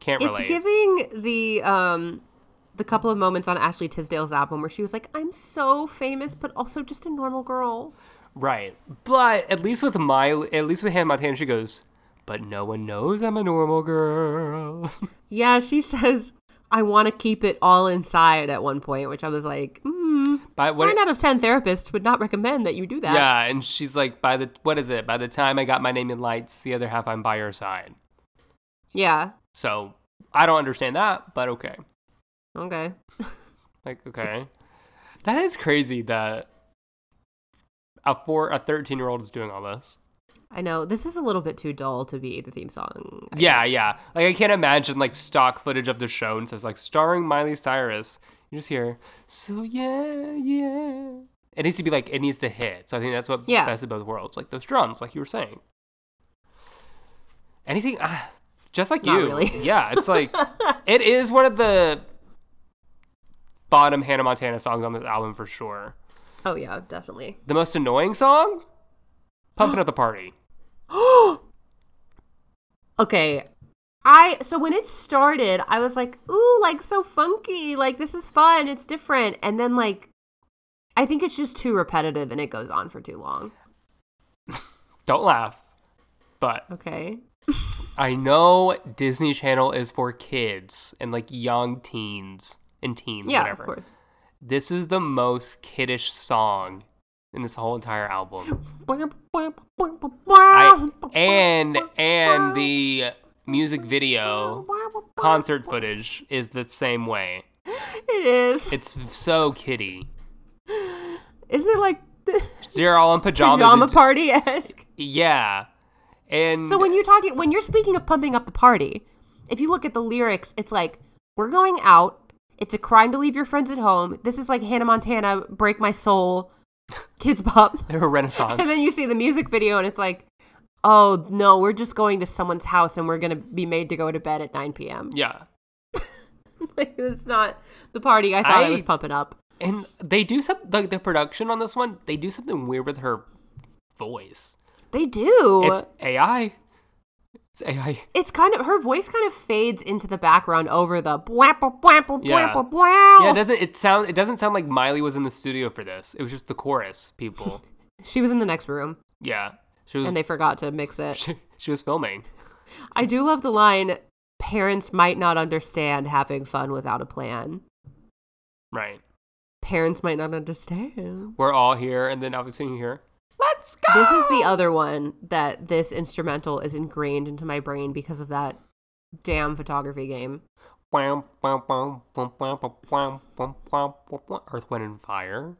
Speaker 2: Can't
Speaker 3: It's
Speaker 2: relate.
Speaker 3: giving the um the couple of moments on Ashley Tisdale's album where she was like, I'm so famous, but also just a normal girl.
Speaker 2: right. But at least with my at least with Hannah Montana, she goes, But no one knows I'm a normal girl.
Speaker 3: Yeah, she says, I want to keep it all inside at one point, which I was like, hmm.
Speaker 2: but what
Speaker 3: Nine out of 10 therapists would not recommend that you do that.
Speaker 2: Yeah, and she's like, by the what is it? By the time I got my name in lights, the other half I'm by your side.
Speaker 3: Yeah.
Speaker 2: So I don't understand that, but okay.
Speaker 3: Okay.
Speaker 2: Like okay, that is crazy that a four a thirteen year old is doing all this.
Speaker 3: I know this is a little bit too dull to be the theme song.
Speaker 2: Yeah, yeah. Like I can't imagine like stock footage of the show and says like starring Miley Cyrus. You just hear so yeah, yeah. It needs to be like it needs to hit. So I think that's what
Speaker 3: Yeah.
Speaker 2: best of both worlds. Like those drums, like you were saying. Anything, uh, just like
Speaker 3: Not
Speaker 2: you.
Speaker 3: really.
Speaker 2: Yeah, it's like it is one of the bottom Hannah Montana songs on this album for sure.
Speaker 3: Oh yeah, definitely.
Speaker 2: The most annoying song, "Pumping at the Party."
Speaker 3: Okay. I so when it started, I was like, "Ooh, like so funky. Like this is fun. It's different." And then like I think it's just too repetitive and it goes on for too long.
Speaker 2: Don't laugh, but
Speaker 3: Okay.
Speaker 2: I know Disney Channel is for kids and like young teens and teens,
Speaker 3: Yeah,
Speaker 2: whatever.
Speaker 3: of course.
Speaker 2: This is the most kiddish song in this whole entire album. I, and and the music video concert footage is the same way.
Speaker 3: It is.
Speaker 2: It's so kiddie.
Speaker 3: Isn't it like the
Speaker 2: They're all in pajamas.
Speaker 3: pajama
Speaker 2: and-
Speaker 3: party esque?
Speaker 2: Yeah. And
Speaker 3: So when you're talking, when you're speaking of pumping up the party, if you look at the lyrics, it's like we're going out. It's a crime to leave your friends at home. This is like Hannah Montana, "Break My Soul," Kids Bop,
Speaker 2: they're a renaissance.
Speaker 3: and then you see the music video, and it's like, oh no, we're just going to someone's house, and we're gonna be made to go to bed at 9 p.m.
Speaker 2: yeah.
Speaker 3: Like, it's not the party I thought I,
Speaker 2: I-
Speaker 3: was pumping up.
Speaker 2: And they do something like the production on this one, they do something weird with her voice.
Speaker 3: They do.
Speaker 2: It's AI. It's AI.
Speaker 3: it's kind of her voice kind of fades into the background over the bwah, bwah, bwah, bwah,
Speaker 2: Yeah.
Speaker 3: bwah, bwah.
Speaker 2: Yeah, it doesn't it sound it doesn't sound like Miley was in the studio for this. It was just the chorus people.
Speaker 3: she was in the next room
Speaker 2: yeah. She was
Speaker 3: and they forgot to mix it.
Speaker 2: she, she was filming.
Speaker 3: I do love the line parents might not understand having fun without a plan.
Speaker 2: Right.
Speaker 3: Parents might not understand.
Speaker 2: We're all here and then obviously you hear Let's go.
Speaker 3: This is the other one that this instrumental is ingrained into my brain because of that damn photography game.
Speaker 2: Wham, wham, wham, wham, wham, wham, wham, wham, wham, wham, wham. Earth, Wind, and Fire.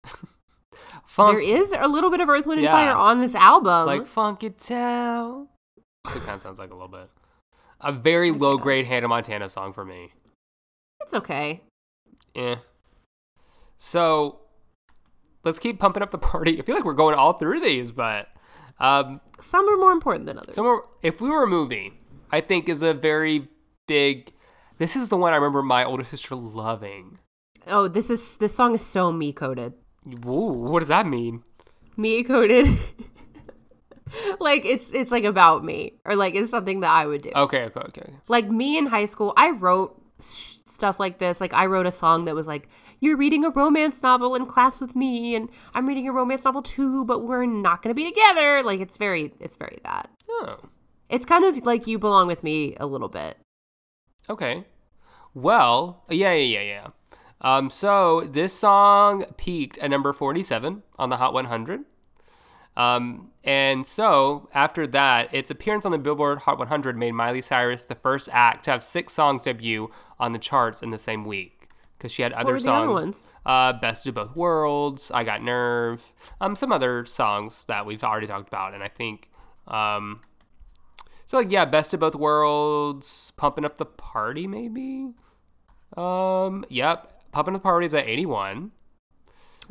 Speaker 2: Funk,
Speaker 3: there is a little bit of Earth, Wind, and
Speaker 2: Yeah.
Speaker 3: Fire on this album.
Speaker 2: like Funky Town. It kind of sounds like a little bit. A very low grade Hannah Montana song for me.
Speaker 3: it's okay.
Speaker 2: Eh. So let's keep pumping up the party. I feel like we're going all through these, but um,
Speaker 3: Some are more important than others.
Speaker 2: somewhere, if we were a movie, I think is a very big. This is the one I remember my older sister loving.
Speaker 3: oh, this is this song is so me coded.
Speaker 2: Woo, what does that mean?
Speaker 3: me coded like it's it's like about me or like it's something that i would do
Speaker 2: Okay, okay, okay.
Speaker 3: like me in high school i wrote sh- stuff like this like i wrote a song that was like you're reading a romance novel in class with me and i'm reading a romance novel too but we're not gonna be together like it's very it's very that
Speaker 2: Oh,
Speaker 3: it's kind of like you belong with me a little bit
Speaker 2: okay. Well, yeah, yeah, yeah, yeah. Um, so this song peaked at number 47 on the Hot 100. Um, and so after that, its appearance on the Billboard Hot 100 made Miley Cyrus the first act to have six songs debut on the charts in the same week because she had other
Speaker 3: were the
Speaker 2: songs.
Speaker 3: other ones?
Speaker 2: Uh, Best of Both Worlds, I Got Nerve, um, some other songs that we've already talked about, and I think. Um, so like yeah, best of both worlds, pumping up the party maybe. Um, yep, pumping up the party is at eighty one.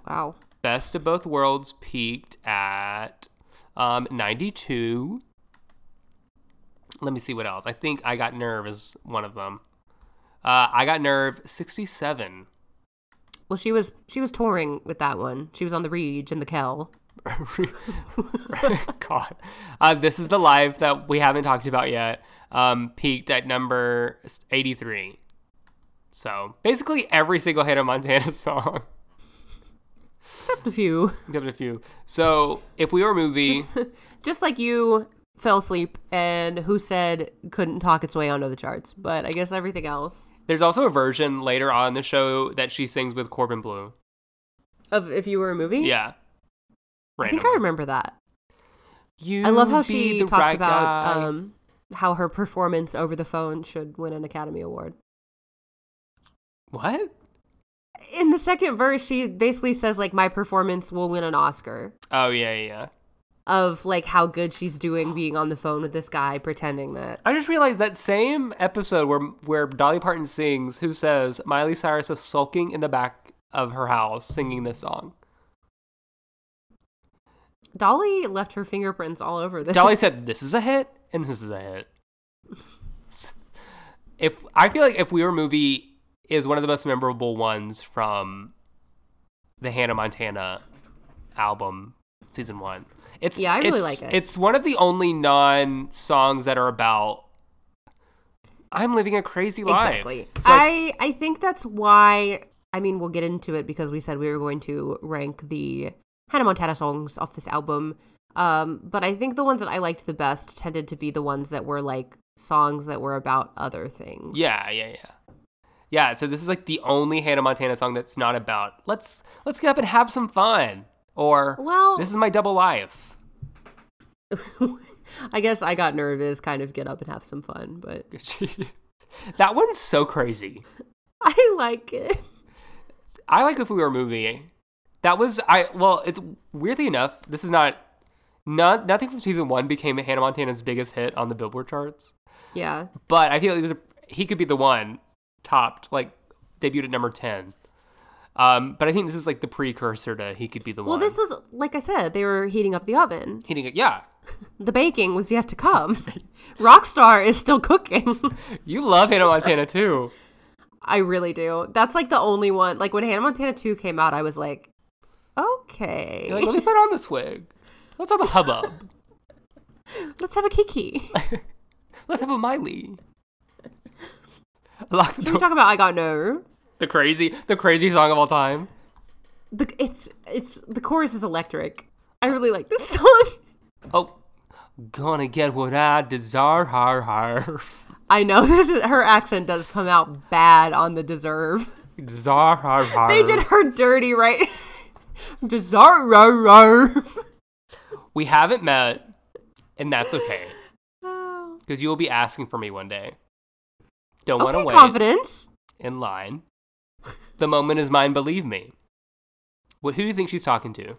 Speaker 3: wow
Speaker 2: Best of Both Worlds peaked at um, 92. Let me see what else. I think I Got Nerve is one of them. Uh, I Got Nerve 67.
Speaker 3: well she was she was touring with that one she was on the Reg and the kel
Speaker 2: God. Uh, this is the live that we haven't talked about yet. Um, peaked at number 83. So basically every single Hannah Montana song.
Speaker 3: except a few
Speaker 2: Give it a few. So if we were a movie,
Speaker 3: just like you fell asleep and who said couldn't talk its way onto the charts but i guess everything else
Speaker 2: there's also a version later on in the show that she sings with Corbin Blue.
Speaker 3: of if you were a movie
Speaker 2: Yeah.
Speaker 3: i think i remember that
Speaker 2: You
Speaker 3: i love how
Speaker 2: be
Speaker 3: she
Speaker 2: the
Speaker 3: talks
Speaker 2: right
Speaker 3: about
Speaker 2: guy.
Speaker 3: um, how her performance over the phone should win an academy award
Speaker 2: what?
Speaker 3: in the second verse she basically says like my performance will win an oscar
Speaker 2: Oh yeah, yeah, yeah.
Speaker 3: of like how good she's doing being on the phone with this guy pretending that
Speaker 2: I just realized that same episode where where Dolly Parton sings, who says Miley Cyrus is sulking in the back of her house singing this song.
Speaker 3: Dolly left her fingerprints all over this.
Speaker 2: Dolly said, "This is a hit, and this is a hit." If I feel like if we were movie is one of the most memorable ones from the Hannah Montana album, season one. It's
Speaker 3: Yeah, I really
Speaker 2: it's-
Speaker 3: like it.
Speaker 2: It's one of the only non songs that are about. I'm living a crazy life.
Speaker 3: exactly.
Speaker 2: It's like-
Speaker 3: I I think that's why. I mean, we'll get into it because we said we were going to rank the Hannah Montana songs off this album. Um, but I think the ones that I liked the best tended to be the ones that were like songs that were about other things.
Speaker 2: Yeah, yeah, yeah. Yeah, so this is like the only Hannah Montana song that's not about let's let's get up and have some fun or
Speaker 3: Well-
Speaker 2: this is my double life.
Speaker 3: I guess I got nervous, kind of get up and have some fun, but
Speaker 2: that one's so crazy.
Speaker 3: I like it.
Speaker 2: I like if we were a movie. That was I well, it's weirdly enough, this is not not nothing from season 1 became Hannah Montana's biggest hit on the Billboard charts,
Speaker 3: Yeah.
Speaker 2: but I feel like there's a, he could be the one topped like debuted at number 10. Um, but I think this is like the precursor to he could be the
Speaker 3: Well,
Speaker 2: one.
Speaker 3: this was like I said, they were heating up the oven.
Speaker 2: hitting it. Yeah.
Speaker 3: The baking was yet to come. Rockstar is still cooking.
Speaker 2: You love Hannah Montana too.
Speaker 3: I really do. That's like the only one. Like when Hannah Montana 2 came out, I was like, okay,
Speaker 2: You're like, let me put on this wig. Let's have a hubbub.
Speaker 3: let's have a kiki. Can
Speaker 2: Let's have a Miley. Lock the
Speaker 3: we
Speaker 2: door.
Speaker 3: talk about I Got Nerve?
Speaker 2: the crazy, the crazy song of all time.
Speaker 3: The, it's it's the chorus is electric. I really like this song.
Speaker 2: Oh, gonna get what I desire. Har har.
Speaker 3: I know this is her accent does come out bad on the deserve.
Speaker 2: Desire har har.
Speaker 3: They did her dirty, right? Deserve.
Speaker 2: We haven't met, and that's okay. Because you will be asking for me one day. Don't want to
Speaker 3: Okay,
Speaker 2: wait
Speaker 3: confidence.
Speaker 2: in line. The moment is mine. Believe me. What? Who do you think she's talking to?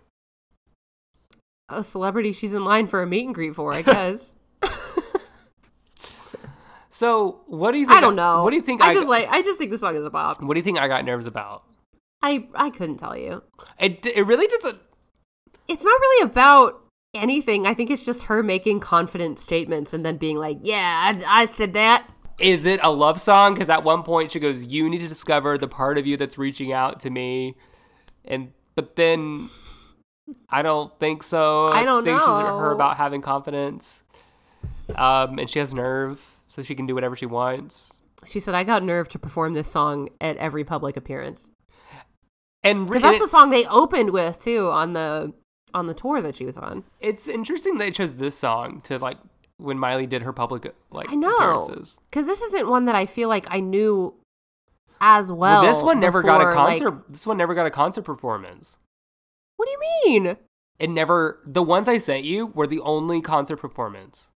Speaker 3: A celebrity she's in line for a meet and greet for, I guess.
Speaker 2: So, what do you think?
Speaker 3: I don't know.
Speaker 2: What do you think?
Speaker 3: I, just
Speaker 2: got-
Speaker 3: like I just think the song is a bop.
Speaker 2: What do you think I got nerves about?
Speaker 3: I I couldn't tell you.
Speaker 2: It it really doesn't.
Speaker 3: It's not really about anything. I think it's just her making confident statements and then being like, "Yeah, I, I said that."
Speaker 2: Is it a love song? Because at one point she goes, "You need to discover the part of you that's reaching out to me," and but then I don't think so.
Speaker 3: I don't
Speaker 2: think She's
Speaker 3: know.
Speaker 2: her about having confidence, um, and she has nerve, so she can do whatever she wants.
Speaker 3: She said, "I got nerve to perform this song at every public appearance."
Speaker 2: And, re-
Speaker 3: Because that's
Speaker 2: and
Speaker 3: the
Speaker 2: it-
Speaker 3: song they opened with too on the on the tour that she was on.
Speaker 2: it's interesting they chose this song to like when Miley did her public like
Speaker 3: I know.
Speaker 2: appearances.
Speaker 3: Because this isn't one that I feel like I knew as well.
Speaker 2: Well, this one never got
Speaker 3: before,
Speaker 2: a
Speaker 3: like-
Speaker 2: concert. this one never got a concert performance.
Speaker 3: what do you mean?
Speaker 2: it never the ones I sent you were the only concert performance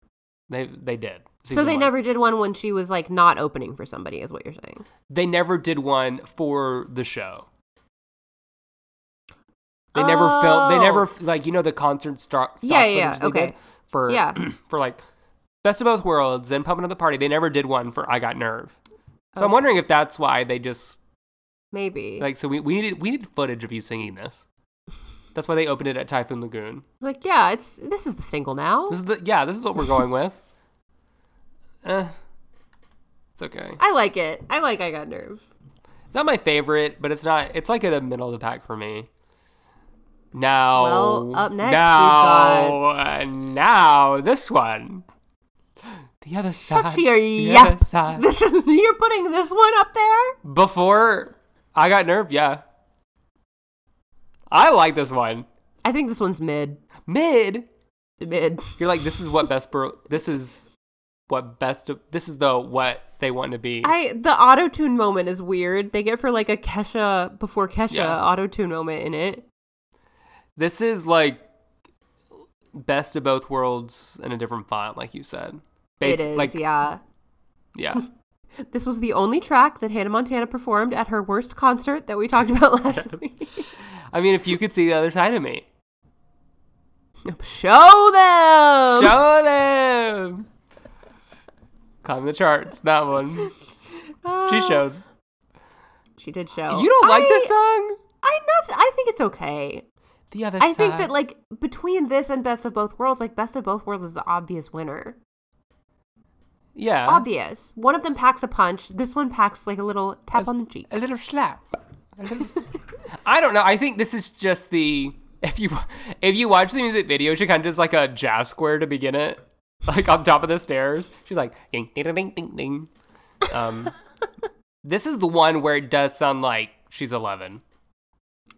Speaker 2: they they did.
Speaker 3: So
Speaker 2: season
Speaker 3: they
Speaker 2: one.
Speaker 3: never did one when she was like not opening for somebody, is what you're saying.
Speaker 2: they never did one for the show. They never filmed. They
Speaker 3: Oh.
Speaker 2: never like you know the concert star. stock
Speaker 3: Yeah, yeah,
Speaker 2: footage they
Speaker 3: okay.
Speaker 2: did For
Speaker 3: Yeah.
Speaker 2: for like best of both worlds and pumping up the party. They never did one for I Got Nerve. So I'm wondering if that's why they just
Speaker 3: Maybe.
Speaker 2: like so we, we needed we needed footage of you singing this. That's why they opened it at Typhoon Lagoon.
Speaker 3: Like, yeah, it's this is the single now.
Speaker 2: This is the yeah. This is what we're going with. Eh, it's okay.
Speaker 3: I like it. I like I got nerve.
Speaker 2: It's not my favorite, but it's not. It's like in the middle of the pack for me. Now,
Speaker 3: Well, up next we've
Speaker 2: now, uh, now this one. The other side.
Speaker 3: Fuck your
Speaker 2: the
Speaker 3: yeah.
Speaker 2: other side.
Speaker 3: This is you're putting this one up there.
Speaker 2: Before I got nerve, yeah. I like this one.
Speaker 3: I think this one's mid.
Speaker 2: Mid,
Speaker 3: Mid.
Speaker 2: you're like this is what best. Bro- this is what best. Of- this is the what they want to be.
Speaker 3: I the auto tune moment is weird. They get for like a Kesha before Kesha
Speaker 2: Yeah.
Speaker 3: auto tune moment in it.
Speaker 2: This is like best of both worlds in a different font, like you said.
Speaker 3: It
Speaker 2: Basi-
Speaker 3: is,
Speaker 2: like,
Speaker 3: yeah.
Speaker 2: yeah.
Speaker 3: This was the only track that Hannah Montana performed at her worst concert that we talked about last week.
Speaker 2: I mean, if you could see the other side of me,
Speaker 3: Show them.
Speaker 2: Show them. Climb the charts. That one. She showed.
Speaker 3: She did show.
Speaker 2: You don't like
Speaker 3: Uh, I-
Speaker 2: this song?
Speaker 3: I not. I think it's okay.
Speaker 2: The other
Speaker 3: I think
Speaker 2: side.
Speaker 3: that like between this and Best of Both Worlds, like Best of Both Worlds is the obvious winner.
Speaker 2: yeah,
Speaker 3: Obvious. One of them packs a punch. This one packs like a little tap on the cheek.
Speaker 2: a little slap. A little slap. I don't know. I think this is just the if you if you watch the music video, she kind of does like a jazz square to begin it, like on top of the stairs. She's like ding ding ding ding ding. ding. Um, this is the one where it does sound like she's eleven.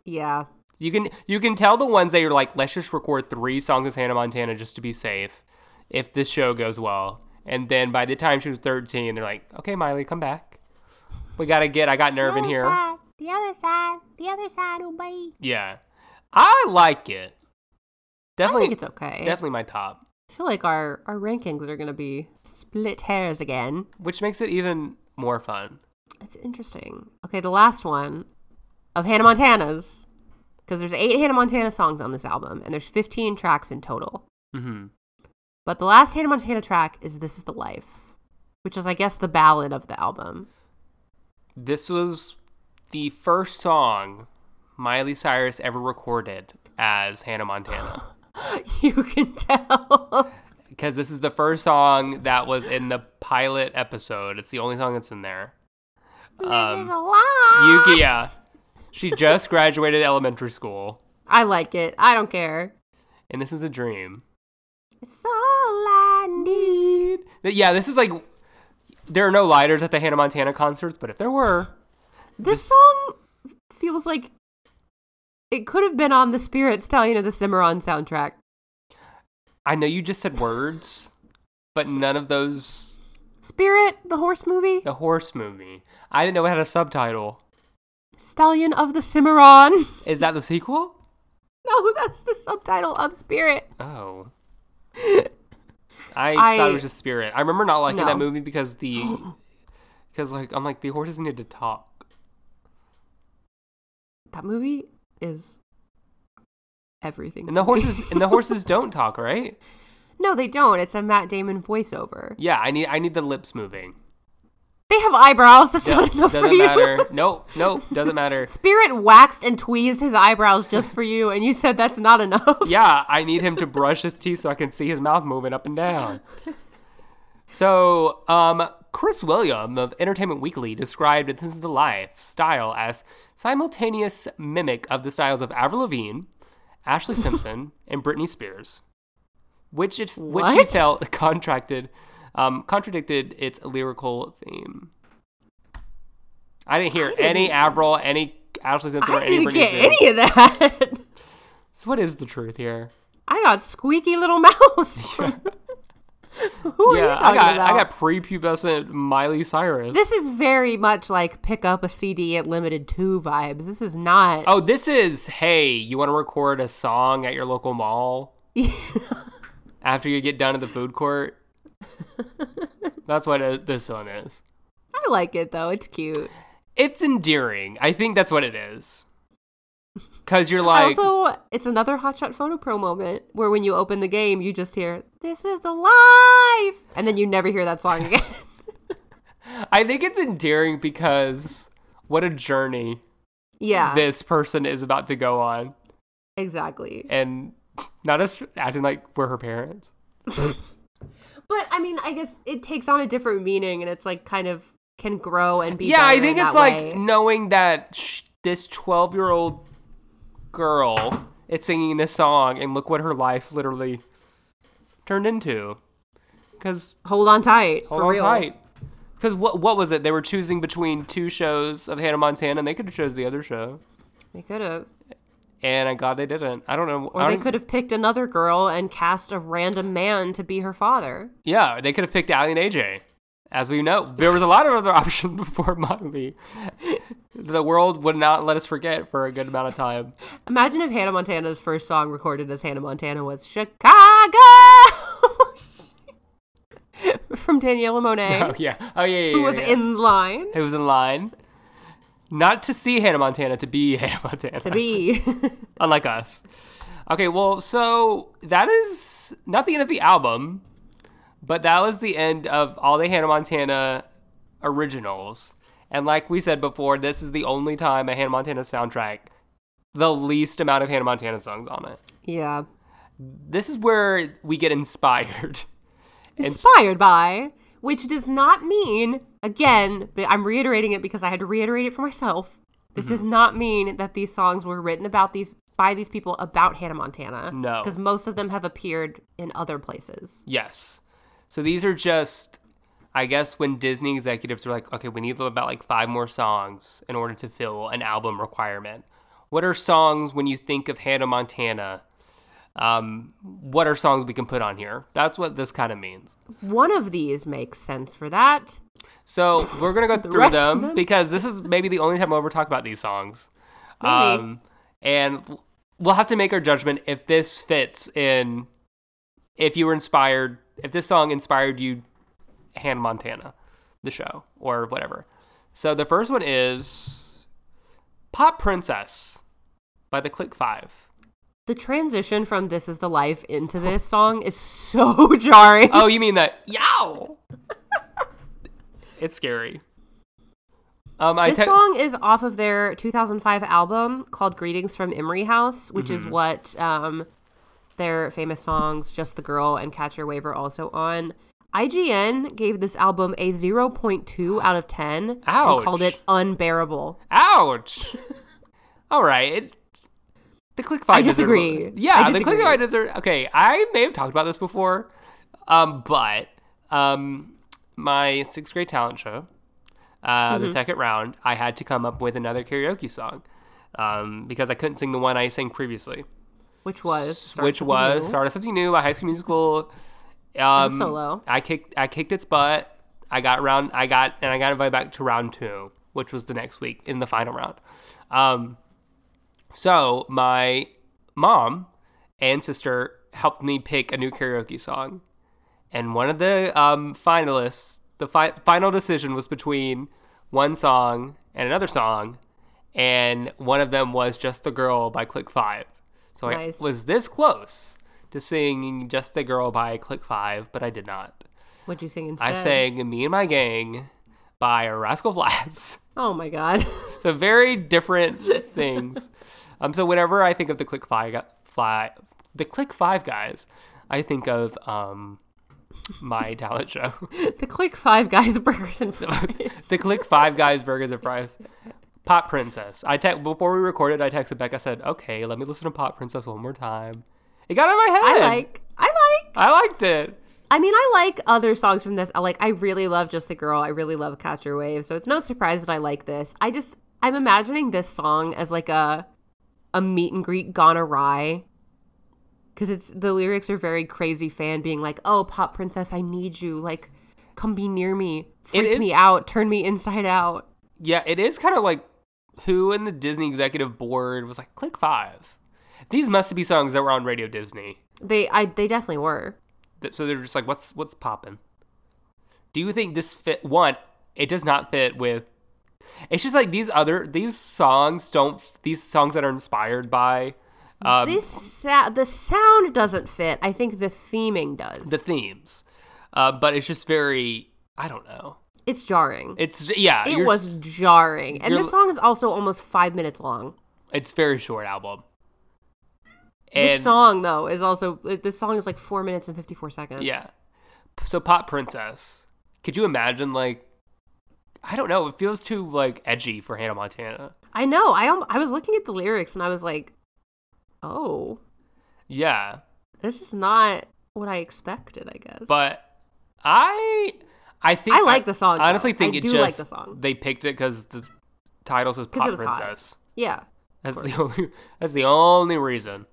Speaker 3: Yeah.
Speaker 2: You can you can tell the ones that you're like, let's just record three songs as Hannah Montana just to be safe, if this show goes well. And then by the time she was 13, they're like, okay, Miley, come back. We gotta get I got nerve in here.
Speaker 5: the other side, the other side, oh baby.
Speaker 2: Yeah, I like it.
Speaker 3: I
Speaker 2: Definitely,
Speaker 3: think it's okay.
Speaker 2: Definitely my top,
Speaker 3: I feel like our our rankings are gonna be split hairs again.
Speaker 2: which makes it even more fun.
Speaker 3: It's interesting. Okay, the last one of Hannah Montana's because there's eight Hannah Montana songs on this album and there's 15 tracks in total.
Speaker 2: hmm
Speaker 3: But the last Hannah Montana track is "This Is the Life," which is I guess the ballad of the album.
Speaker 2: This was the first song Miley Cyrus ever recorded as Hannah Montana.
Speaker 3: you can tell.
Speaker 2: because this is the first song that was in the pilot episode. It's the only song that's in there.
Speaker 5: this is a lie.
Speaker 2: Um, Yuki, yeah, she just graduated elementary school,
Speaker 3: I like it. I don't care.
Speaker 2: and this is a dream.
Speaker 3: It's all I need.
Speaker 2: But yeah, this is like there are no lighters at the Hannah Montana concerts, but if there were,
Speaker 3: This song feels like it could have been on the Spirit Stallion of the Cimarron soundtrack.
Speaker 2: I know you just said words, but none of those.
Speaker 3: Spirit, the horse movie,
Speaker 2: The horse movie. I didn't know it had a subtitle.
Speaker 3: Stallion of the Cimarron.
Speaker 2: Is that the sequel?
Speaker 3: no, that's the subtitle of Spirit.
Speaker 2: Oh. I,
Speaker 3: I-
Speaker 2: thought it was just Spirit. I remember not liking
Speaker 3: No.
Speaker 2: that movie because the because like I'm like the horses need to talk.
Speaker 3: That movie is everything.
Speaker 2: And the
Speaker 3: to me.
Speaker 2: horses and the horses don't talk, right?
Speaker 3: no, they don't. It's a Matt Damon voiceover.
Speaker 2: Yeah, I need I need the lips moving.
Speaker 3: They have eyebrows. That's not enough for
Speaker 2: doesn't
Speaker 3: you.
Speaker 2: matter. Nope, nope, doesn't matter.
Speaker 3: Spirit waxed and tweezed his eyebrows just for you, and you said that's not enough.
Speaker 2: Yeah, I need him to brush his teeth so I can see his mouth moving up and down. So, um, Chris William of Entertainment Weekly described This Is the Life style as simultaneous mimic of the styles of Avril Lavigne, Ashley Simpson, and Britney Spears, which it which he
Speaker 3: What?
Speaker 2: felt contracted um, contradicted its lyrical theme. I didn't hear any Avril, any Ashley Simpson, or
Speaker 3: I
Speaker 2: any
Speaker 3: didn't
Speaker 2: Britney
Speaker 3: get
Speaker 2: Spears.
Speaker 3: any of that.
Speaker 2: So, what is the truth here?
Speaker 3: I got squeaky little mouse. Who are
Speaker 2: yeah,
Speaker 3: you talking
Speaker 2: I got
Speaker 3: about?
Speaker 2: I got prepubescent Miley Cyrus.
Speaker 3: This is very much like pick up a CD at limited two vibes. This is not.
Speaker 2: oh, this is hey, you want to record a song at your local mall after you get done at the food court? That's what uh this one is.
Speaker 3: I like it though. It's cute.
Speaker 2: It's endearing. I think that's what it is. Cause you're
Speaker 3: I
Speaker 2: like,
Speaker 3: also, it's another hotshot photo pro moment where when you open the game, you just hear "This is the life," and then you never hear that song again.
Speaker 2: I think it's endearing because what a journey
Speaker 3: yeah,
Speaker 2: this person is about to go on,
Speaker 3: exactly.
Speaker 2: and not us acting like we're her parents.
Speaker 3: But I mean, I guess it takes on a different meaning, and it's like kind of can grow and be.
Speaker 2: yeah i
Speaker 3: better
Speaker 2: think
Speaker 3: in
Speaker 2: it's
Speaker 3: that
Speaker 2: like
Speaker 3: way.
Speaker 2: knowing that sh- this 12 year old girl is singing this song and look what her life literally turned into because
Speaker 3: hold on tight.
Speaker 2: hold
Speaker 3: for
Speaker 2: on
Speaker 3: real.
Speaker 2: tight because what, what was it they were choosing between two shows of hannah montana and they could have chose the other show
Speaker 3: They could have,
Speaker 2: and i'm glad they didn't i don't know
Speaker 3: or
Speaker 2: I
Speaker 3: they
Speaker 2: don't-
Speaker 3: could have picked another girl and cast a random man to be her father.
Speaker 2: yeah they could have picked ali and aj as we know there was a lot of other options before miley the world would not let us forget for a good amount of time
Speaker 3: Imagine if Hannah Montana's first song recorded as Hannah Montana was Chicago from Daniela Monet,
Speaker 2: Oh yeah. Oh yeah. yeah,
Speaker 3: who
Speaker 2: yeah,
Speaker 3: was
Speaker 2: yeah.
Speaker 3: in line
Speaker 2: Who was in line? Not to see Hannah Montana, to be Hannah Montana.
Speaker 3: to be.
Speaker 2: Unlike us. Okay, well, so that is not the end of the album, but that was the end of all the Hannah Montana originals. And like we said before, this is the only time a Hannah Montana soundtrack, the least amount of Hannah Montana songs on it.
Speaker 3: Yeah.
Speaker 2: This is where we get inspired.
Speaker 3: Inspired by, which does not mean, again, but I'm reiterating it because I had to reiterate it for myself. This does
Speaker 2: Mm-hmm.
Speaker 3: not mean that these songs were written about these by these people about Hannah Montana.
Speaker 2: No.
Speaker 3: Because most of them have appeared in other places.
Speaker 2: Yes. So these are just, I guess, when Disney executives are like, okay, we need about like five more songs in order to fill an album requirement. What are songs when you think of Hannah Montana? Um, what are songs we can put on here? That's what this kind of means.
Speaker 3: One of these makes sense for that.
Speaker 2: So we're gonna go through
Speaker 3: rest of
Speaker 2: them,
Speaker 3: them?
Speaker 2: because this is maybe the only time we'll ever talk about these songs.
Speaker 3: Maybe.
Speaker 2: Um, and we'll have to make our judgment if this fits in. If you were inspired, if this song inspired you, Hannah Montana, the show or whatever. So the first one is "Pop Princess" by the Click Five.
Speaker 3: The transition from This Is the Life into this song is so jarring.
Speaker 2: Oh, you mean that? Yow! it's scary. Um, I
Speaker 3: This
Speaker 2: te-
Speaker 3: song is off of their 2005 album called Greetings from Emery House, which
Speaker 2: Mm-hmm.
Speaker 3: is what um, their famous songs Just the Girl and Catch Your Wave are also on. IGN gave this album a 0.2 out of 10
Speaker 2: Ouch.
Speaker 3: and called it unbearable.
Speaker 2: Ouch. All right. It, the click five.
Speaker 3: I
Speaker 2: deserve-
Speaker 3: disagree.
Speaker 2: yeah,
Speaker 3: I
Speaker 2: the click
Speaker 3: disagree.
Speaker 2: five deserve. Okay, I may have talked about this before, um, but um, my sixth grade talent show, uh,
Speaker 3: Mm-hmm.
Speaker 2: the second round, I had to come up with another karaoke song um, because I couldn't sing the one I sang previously,
Speaker 3: Which was Start
Speaker 2: which
Speaker 3: Something
Speaker 2: was
Speaker 3: New.
Speaker 2: Start of Something New by High School Musical. Um,
Speaker 3: solo.
Speaker 2: I kicked. I kicked its butt. I got round. I got and I got invited back to round two, which was the next week in the final round. Um, so my mom and sister helped me pick a new karaoke song, and one of the um, finalists, the fi- final decision was between one song and another song, and one of them was "Just the Girl" by Click Five. So
Speaker 3: Nice.
Speaker 2: I was this close to singing "Just the Girl" by Click Five, but I did not.
Speaker 3: What'd you sing instead?
Speaker 2: I sang "Me and My Gang" by Rascal Flats.
Speaker 3: Oh my god.
Speaker 2: So very different things. Um, so whenever I think of the Click Five, gu- fly, the Click Five guys, I think of um, my talent show,
Speaker 3: the Click Five Guys Burgers and Fries.
Speaker 2: the Click Five guys burgers and fries. Pop Princess. I te- before we recorded, I texted Beck. I said, "Okay, let me listen to Pop Princess one more time." It got in my
Speaker 3: I
Speaker 2: head.
Speaker 3: like. I like.
Speaker 2: I liked it.
Speaker 3: I mean, I like other songs from this. I like. I really love "Just the Girl." I really love "Catch Your Wave." So it's no surprise that I like this. I just I'm imagining this song as like a a meet and greet gone awry because it's the lyrics are very crazy fan being like, "Oh, pop princess, I need you. Like, come be near me, freak
Speaker 2: is-
Speaker 3: me out, turn me inside out."
Speaker 2: Yeah, it is kind of like who in the Disney executive board was like Click Five. These must be songs that were on Radio Disney.
Speaker 3: They I they definitely were.
Speaker 2: Th- so they're just like what's what's popping do you think this fit one it does not fit with it's just like these other these songs don't these songs that are inspired by um,
Speaker 3: This sa- the sound doesn't fit. I think the theming does.
Speaker 2: the themes uh, but it's just very i don't know
Speaker 3: it's jarring.
Speaker 2: it's yeah
Speaker 3: It
Speaker 2: you're-
Speaker 3: was jarring. And
Speaker 2: you're-
Speaker 3: this song is also almost five minutes long.
Speaker 2: it's very short album
Speaker 3: this song, though, is also, this song is like four minutes and 54 seconds.
Speaker 2: Yeah. P- So Pop Princess. Could you imagine like I don't know, it feels too like edgy for Hannah Montana.
Speaker 3: I know. I, al- I was looking at the lyrics and I was like, oh,
Speaker 2: Yeah.
Speaker 3: that's just not what I expected, I guess.
Speaker 2: but I I think
Speaker 3: I like the song,
Speaker 2: I honestly
Speaker 3: though.
Speaker 2: think
Speaker 3: I
Speaker 2: it
Speaker 3: do
Speaker 2: just
Speaker 3: like the song.
Speaker 2: they picked it because the title says
Speaker 3: 'Cause
Speaker 2: Pop
Speaker 3: it was hot.
Speaker 2: Princess.
Speaker 3: yeah.
Speaker 2: That's the only that's the only reason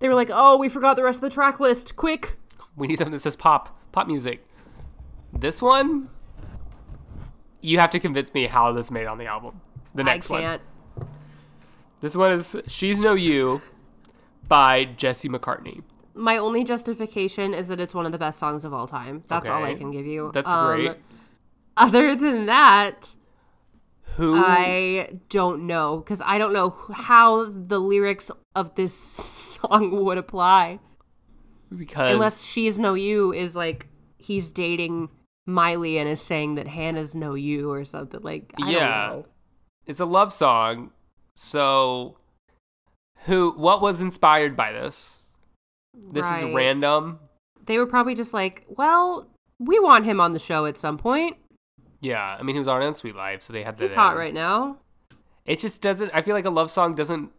Speaker 3: They were like, oh, we forgot the rest of the track list. Quick.
Speaker 2: we need something that says pop pop music. This one, you have to convince me how this made on the album. The next
Speaker 3: I
Speaker 2: one.
Speaker 3: can't.
Speaker 2: This one is "She's No You" by Jesse McCartney.
Speaker 3: My only justification is that it's one of the best songs of all time. That's all I
Speaker 2: Okay.
Speaker 3: can give you.
Speaker 2: That's
Speaker 3: Um,
Speaker 2: great.
Speaker 3: Other than that,
Speaker 2: Who?
Speaker 3: I don't know because I don't know how the lyrics of this song would apply
Speaker 2: because
Speaker 3: unless she's no you is like he's dating Miley and is saying that Hannah's no you or something like I
Speaker 2: Yeah.
Speaker 3: don't know.
Speaker 2: it's a love song. So, who? What was inspired by this? This
Speaker 3: Right.
Speaker 2: is random.
Speaker 3: They were probably just like, well, we want him on the show at some point.
Speaker 2: Yeah, I mean he was on Unsweet Life, so they had that.
Speaker 3: He's
Speaker 2: in.
Speaker 3: hot right now.
Speaker 2: It just doesn't. I feel like a love song doesn't.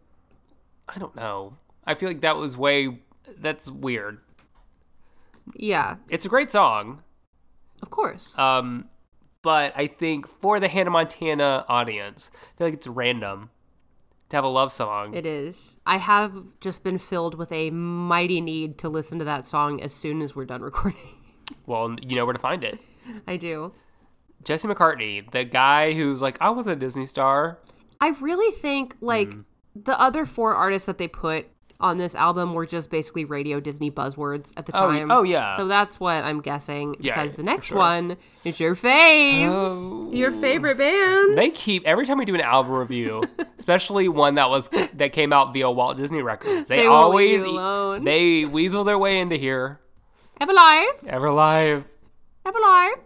Speaker 2: I don't know. I feel like that was way. That's weird.
Speaker 3: Yeah,
Speaker 2: It's a great song,
Speaker 3: of course.
Speaker 2: um, but I think for the Hannah Montana audience, I feel like it's random to have a love song.
Speaker 3: It is. I have just been filled with a mighty need to listen to that song as soon as we're done recording.
Speaker 2: well, you know where to find it.
Speaker 3: I do.
Speaker 2: Jesse McCartney, the guy who's like, I was a Disney star.
Speaker 3: I really think like
Speaker 2: Mm-hmm.
Speaker 3: the other four artists that they put on this album were just basically radio Disney buzzwords at the
Speaker 2: Oh, y-
Speaker 3: time.
Speaker 2: oh, yeah.
Speaker 3: So that's what I'm guessing
Speaker 2: Yeah,
Speaker 3: because the
Speaker 2: for
Speaker 3: next
Speaker 2: sure. Oh.
Speaker 3: one is your faves. Your favorite band.
Speaker 2: They keep every time we do an album review, especially one that was that came out via Walt Disney Records. They,
Speaker 3: They won't leave
Speaker 2: always e,
Speaker 3: you alone.
Speaker 2: they weasel their way into here.
Speaker 3: Everlive.
Speaker 2: Everlive,
Speaker 3: Everlive.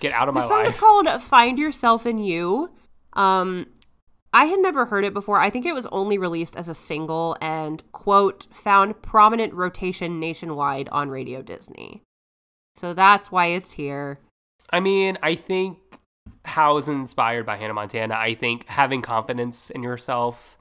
Speaker 2: get out of
Speaker 3: The
Speaker 2: my
Speaker 3: song
Speaker 2: life.
Speaker 3: is called Find Yourself in You. Um I had never heard it before. I think it was only released as a single and quote found prominent rotation nationwide on Radio Disney. So that's why it's here.
Speaker 2: I mean, I think how is inspired by Hannah Montana. I think having confidence in yourself.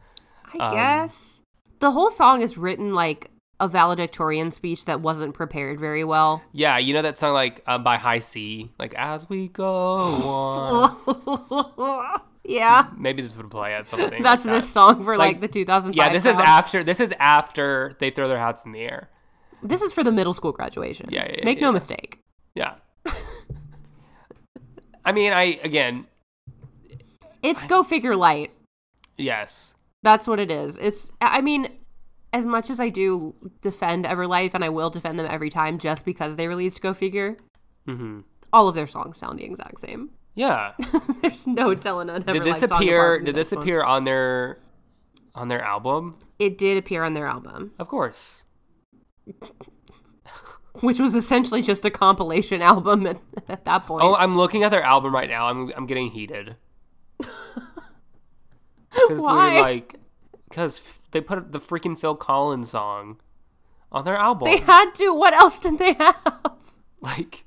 Speaker 3: I
Speaker 2: Um,
Speaker 3: guess the whole song is written like a valedictorian speech that wasn't prepared very well.
Speaker 2: Yeah, you know that song like um, by High C, like as we go on.
Speaker 3: yeah,
Speaker 2: Maybe this would play at something.
Speaker 3: that's
Speaker 2: like that.
Speaker 3: this song for like,
Speaker 2: Like,
Speaker 3: the 2005.
Speaker 2: Yeah, this is
Speaker 3: crowd.
Speaker 2: after. This is after they throw their hats in the air.
Speaker 3: this is for the middle school graduation.
Speaker 2: Yeah, yeah, yeah,
Speaker 3: make no
Speaker 2: yeah.
Speaker 3: mistake.
Speaker 2: Yeah. I mean, I again,
Speaker 3: It's go figure light.
Speaker 2: yes.
Speaker 3: That's what it is. It's I mean, as much as I do defend Everlife and I will defend them every time just because they released Go Figure,
Speaker 2: hmm
Speaker 3: all of their songs sound the exact same.
Speaker 2: Yeah.
Speaker 3: There's no telling on Everlife
Speaker 2: Did this
Speaker 3: song apart
Speaker 2: appear?
Speaker 3: from
Speaker 2: Did
Speaker 3: the
Speaker 2: this
Speaker 3: next one.
Speaker 2: appear on their on their album?
Speaker 3: It did appear on their album.
Speaker 2: Of course.
Speaker 3: which was essentially just a compilation album at, at that point.
Speaker 2: Oh, I'm looking at their album right now. I'm I'm getting heated. 'Cause it's literally
Speaker 3: Why?
Speaker 2: Like, because they put the freaking Phil Collins song on their album.
Speaker 3: they had to. What else did they have?
Speaker 2: like,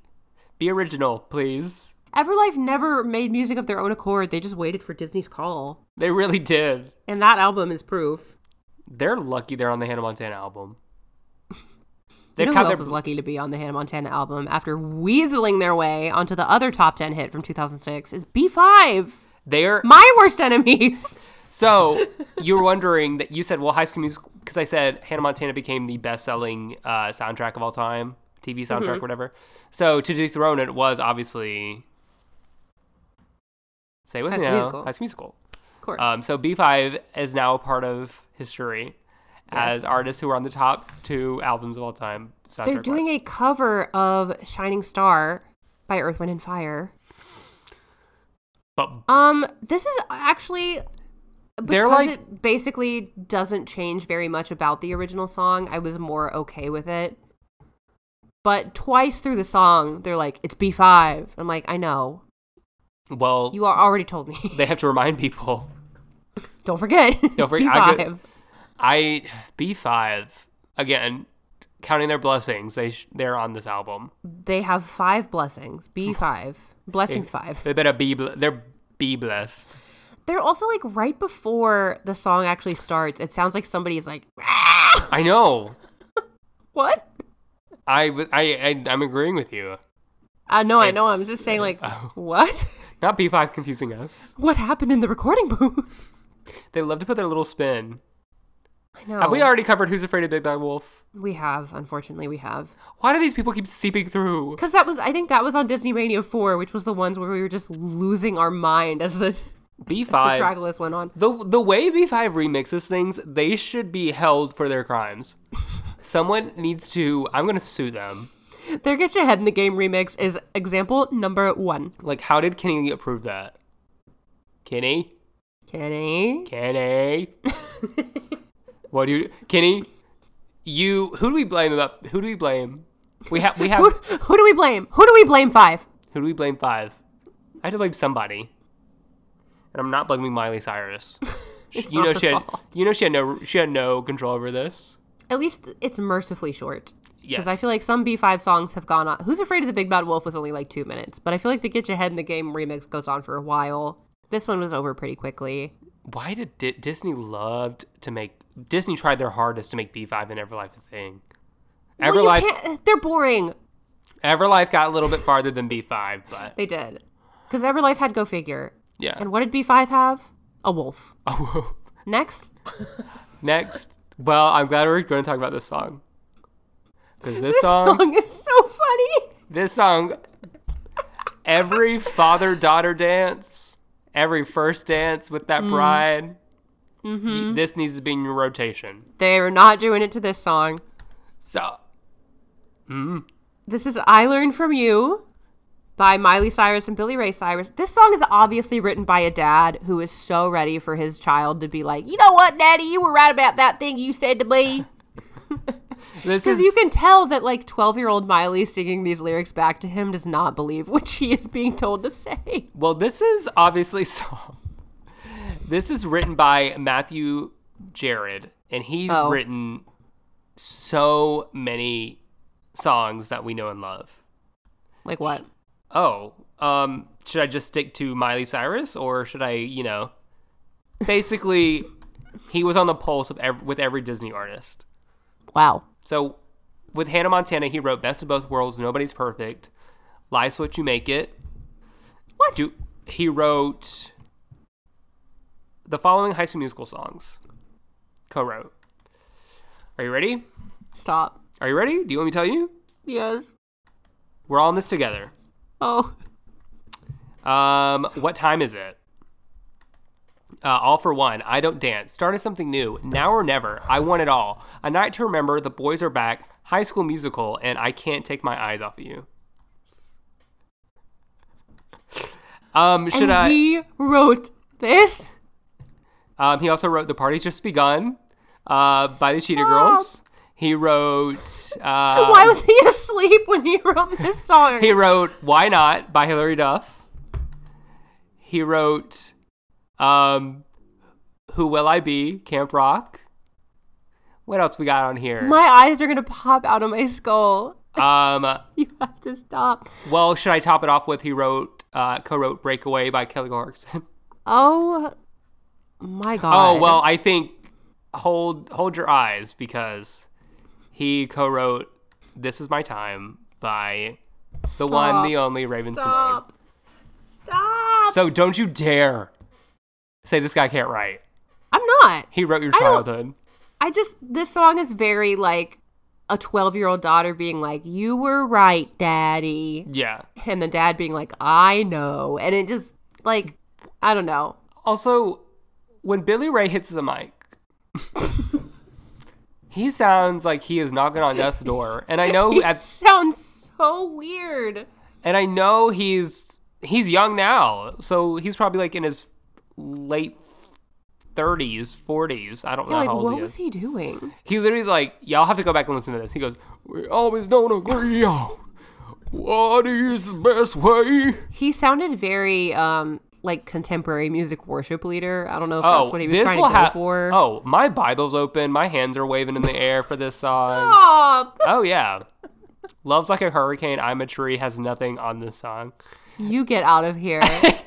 Speaker 2: be original, please.
Speaker 3: Everlife never made music of their own accord. They just waited for Disney's call,
Speaker 2: They really did.
Speaker 3: and that album is proof.
Speaker 2: They're lucky they're on the Hannah Montana album.
Speaker 3: You
Speaker 2: They've
Speaker 3: know who
Speaker 2: cut
Speaker 3: else
Speaker 2: their-
Speaker 3: was lucky to be on the Hannah Montana album after weaseling their way onto the other top ten hit from 2006 is B5,
Speaker 2: They're
Speaker 3: my worst enemies.
Speaker 2: so you were wondering that you said well High School Musical because I said Hannah Montana became the best-selling uh, soundtrack of all time, TV soundtrack,
Speaker 3: Mm-hmm.
Speaker 2: whatever. So to dethrone it was obviously say it with
Speaker 3: High
Speaker 2: me
Speaker 3: School
Speaker 2: now,
Speaker 3: Musical.
Speaker 2: High School Musical.
Speaker 3: Of course,
Speaker 2: Um, so B five is now a part of history as
Speaker 3: Yes.
Speaker 2: artists who are on the top two albums of all time.
Speaker 3: they're doing a cover of "Shining Star" by Earth, Wind, and Fire.
Speaker 2: but
Speaker 3: Um, this is actually because
Speaker 2: They're like-
Speaker 3: it basically doesn't change very much about the original song. I was more okay with it. But twice through the song, they're like, "It's B 5 I'm like, "I know.
Speaker 2: well
Speaker 3: You are already told me.
Speaker 2: they have to remind people.
Speaker 3: Don't forget. Don't
Speaker 2: forget-
Speaker 3: forget.
Speaker 2: I
Speaker 3: B5."
Speaker 2: get- I B five again, counting their blessings. They sh- they're on this album.
Speaker 3: They have five blessings. B5. Blessings 5.
Speaker 2: They've been a B. Bl- they're B blessed.
Speaker 3: They're also like right before the song actually starts, it sounds like somebody's like, "Ah,
Speaker 2: I know.
Speaker 3: "What?"
Speaker 2: I, w- I I am agreeing with you.
Speaker 3: I know, Uh, I know. I'm just saying like,
Speaker 2: Oh.
Speaker 3: "What?
Speaker 2: Not B five confusing us.
Speaker 3: What happened in the recording booth?"
Speaker 2: They love to put their little spin.
Speaker 3: I know.
Speaker 2: Have Uh, we already covered Who's Afraid of Big Bad Wolf?
Speaker 3: We have, unfortunately, we have.
Speaker 2: Why do these people keep seeping through?
Speaker 3: Because that was, I think that was on Disney Mania 4, which was the ones where we were just losing our mind as the, as
Speaker 2: B
Speaker 3: the
Speaker 2: five.
Speaker 3: track list went on.
Speaker 2: The the way B5 remixes things, they should be held for their crimes. Someone needs to. I'm gonna sue them.
Speaker 3: Their Get Your Head in the Game remix is example number one.
Speaker 2: Like, how did Kenny approve that? Kenny,
Speaker 3: Kenny.
Speaker 2: Kenny. what do you, Kenny? You who do we blame about? Who do we blame? We have we have
Speaker 3: Who, who do we blame? Who do we blame? Five.
Speaker 2: who do we blame? Five. I had to blame somebody, and I'm not blaming Miley Cyrus.
Speaker 3: It's
Speaker 2: you
Speaker 3: not
Speaker 2: know
Speaker 3: her
Speaker 2: she had,
Speaker 3: fault.
Speaker 2: you know she had no she had no control over this.
Speaker 3: At least it's mercifully short.
Speaker 2: Yes,
Speaker 3: Because I feel like some B5 songs have gone on. Who's Afraid of the Big Bad Wolf was only like two minutes, but I feel like the Get You Head in the Game remix goes on for a while. This one was over pretty quickly.
Speaker 2: why did Di- Disney loved to make Disney tried their hardest to make B5 and Everlife a thing.
Speaker 3: Well, you
Speaker 2: Everlife
Speaker 3: can't- they're boring.
Speaker 2: Everlife got a little bit farther than B5, but
Speaker 3: They did. Because Everlife had Go Figure.
Speaker 2: yeah.
Speaker 3: And what did B5 have? A wolf.
Speaker 2: Oh,
Speaker 3: Next,
Speaker 2: next, well, I'm glad we're going to talk about this song because this,
Speaker 3: this
Speaker 2: song,
Speaker 3: song is so funny.
Speaker 2: this song, every father-daughter dance, every first dance with
Speaker 3: Mm.
Speaker 2: that bride,
Speaker 3: Mm-hmm.
Speaker 2: y- this needs to be in your rotation.
Speaker 3: They're not doing it to this song.
Speaker 2: So,
Speaker 3: This is I Learned From You by Miley Cyrus and Billy Ray Cyrus. This song is obviously written by a dad who is so ready for his child to be like, you know what, daddy, you were right about that thing you said to me.
Speaker 2: this is
Speaker 3: Because you can tell that like 12 year old Miley singing these lyrics back to him does not believe what she is being told to say.
Speaker 2: Well, this is obviously so. This is written by Matthew Jared, and he's
Speaker 3: Oh.
Speaker 2: written so many songs that we know and love.
Speaker 3: Like what?
Speaker 2: Oh, um, should I just stick to Miley Cyrus, or should I, you know, basically, he was on the pulse of ev- with every Disney artist.
Speaker 3: Wow.
Speaker 2: So, with Hannah Montana, he wrote "Best of Both Worlds," "Nobody's Perfect," "Life's What You Make It."
Speaker 3: What?
Speaker 2: Do, he wrote the following High School Musical songs. Co-wrote. Are you ready?
Speaker 3: Stop.
Speaker 2: Are you ready? Do you want me to tell you?
Speaker 3: Yes.
Speaker 2: We're all in this together.
Speaker 3: Oh.
Speaker 2: Um, what time is it? Uh, all for one. I don't dance. Start as something new. Now or never. I want it all. A night to remember. The boys are back. High School Musical, and I can't take my eyes off of you. Um, should
Speaker 3: and
Speaker 2: I?
Speaker 3: He wrote this.
Speaker 2: Um, he also wrote "The Party's Just Begun" uh, by the Cheetah Girls. He wrote. Uh,
Speaker 3: Why was he asleep when he wrote this song?
Speaker 2: he wrote "Why Not" by Hilary Duff. He wrote, um, "Who Will I Be?" Camp Rock. What else we got on here?
Speaker 3: My eyes are gonna pop out of my skull.
Speaker 2: um,
Speaker 3: You have to stop.
Speaker 2: well, should I top it off with he wrote uh, co-wrote "Breakaway" by Kelly Clarkson.
Speaker 3: Oh my god.
Speaker 2: Oh well, I think hold hold your eyes because he co-wrote "This Is My Time" by the one, the only Raven Simone.
Speaker 3: Stop. Stop.
Speaker 2: So don't you dare say this guy can't write.
Speaker 3: I'm not.
Speaker 2: He wrote your
Speaker 3: I don't-
Speaker 2: childhood.
Speaker 3: I just this song is very like a 12 year old daughter being like, "You were right, daddy,"
Speaker 2: Yeah.
Speaker 3: and the dad being like, "I know," and it just like I don't know.
Speaker 2: Also, when Billy Ray hits the mic, he sounds like he is knocking on death's door. And I know
Speaker 3: It
Speaker 2: at
Speaker 3: sounds so weird.
Speaker 2: and I know he's he's young now, so he's probably like in his late thirties, forties. I don't know
Speaker 3: Yeah, like
Speaker 2: how old
Speaker 3: what
Speaker 2: he
Speaker 3: was
Speaker 2: is.
Speaker 3: he doing?
Speaker 2: He literally's like, y'all have to go back and listen to this. He goes, "We always don't agree on what is the best way."
Speaker 3: He sounded very um like contemporary music worship leader. I don't know if
Speaker 2: Oh,
Speaker 3: that's what he was
Speaker 2: this
Speaker 3: trying to
Speaker 2: will
Speaker 3: go
Speaker 2: have.
Speaker 3: for.
Speaker 2: Oh, my Bible's open. My hands are waving in the air for this song.
Speaker 3: Stop.
Speaker 2: Oh yeah, loves like a hurricane. I'm a tree has nothing on this song.
Speaker 3: You get out of here.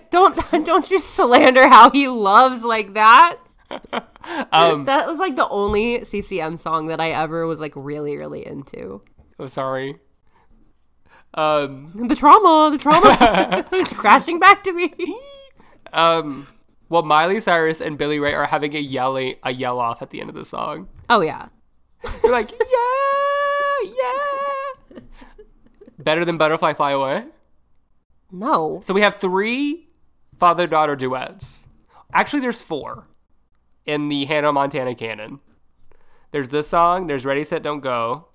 Speaker 3: don't don't you slander how he loves like that.
Speaker 2: Um,
Speaker 3: that was like the only CCM song that I ever was like really really into.
Speaker 2: Oh sorry. Um.
Speaker 3: The trauma, the trauma, it's crashing back to me.
Speaker 2: Um, well, Miley Cyrus and Billy Ray are having a yelling a yell off at the end of the song.
Speaker 3: Oh yeah,
Speaker 2: They're like, yeah, yeah. Better than Butterfly Fly Away.
Speaker 3: no,
Speaker 2: So we have three father daughter duets. Actually, there's four in the Hannah Montana canon. There's this song. There's Ready Set Don't Go.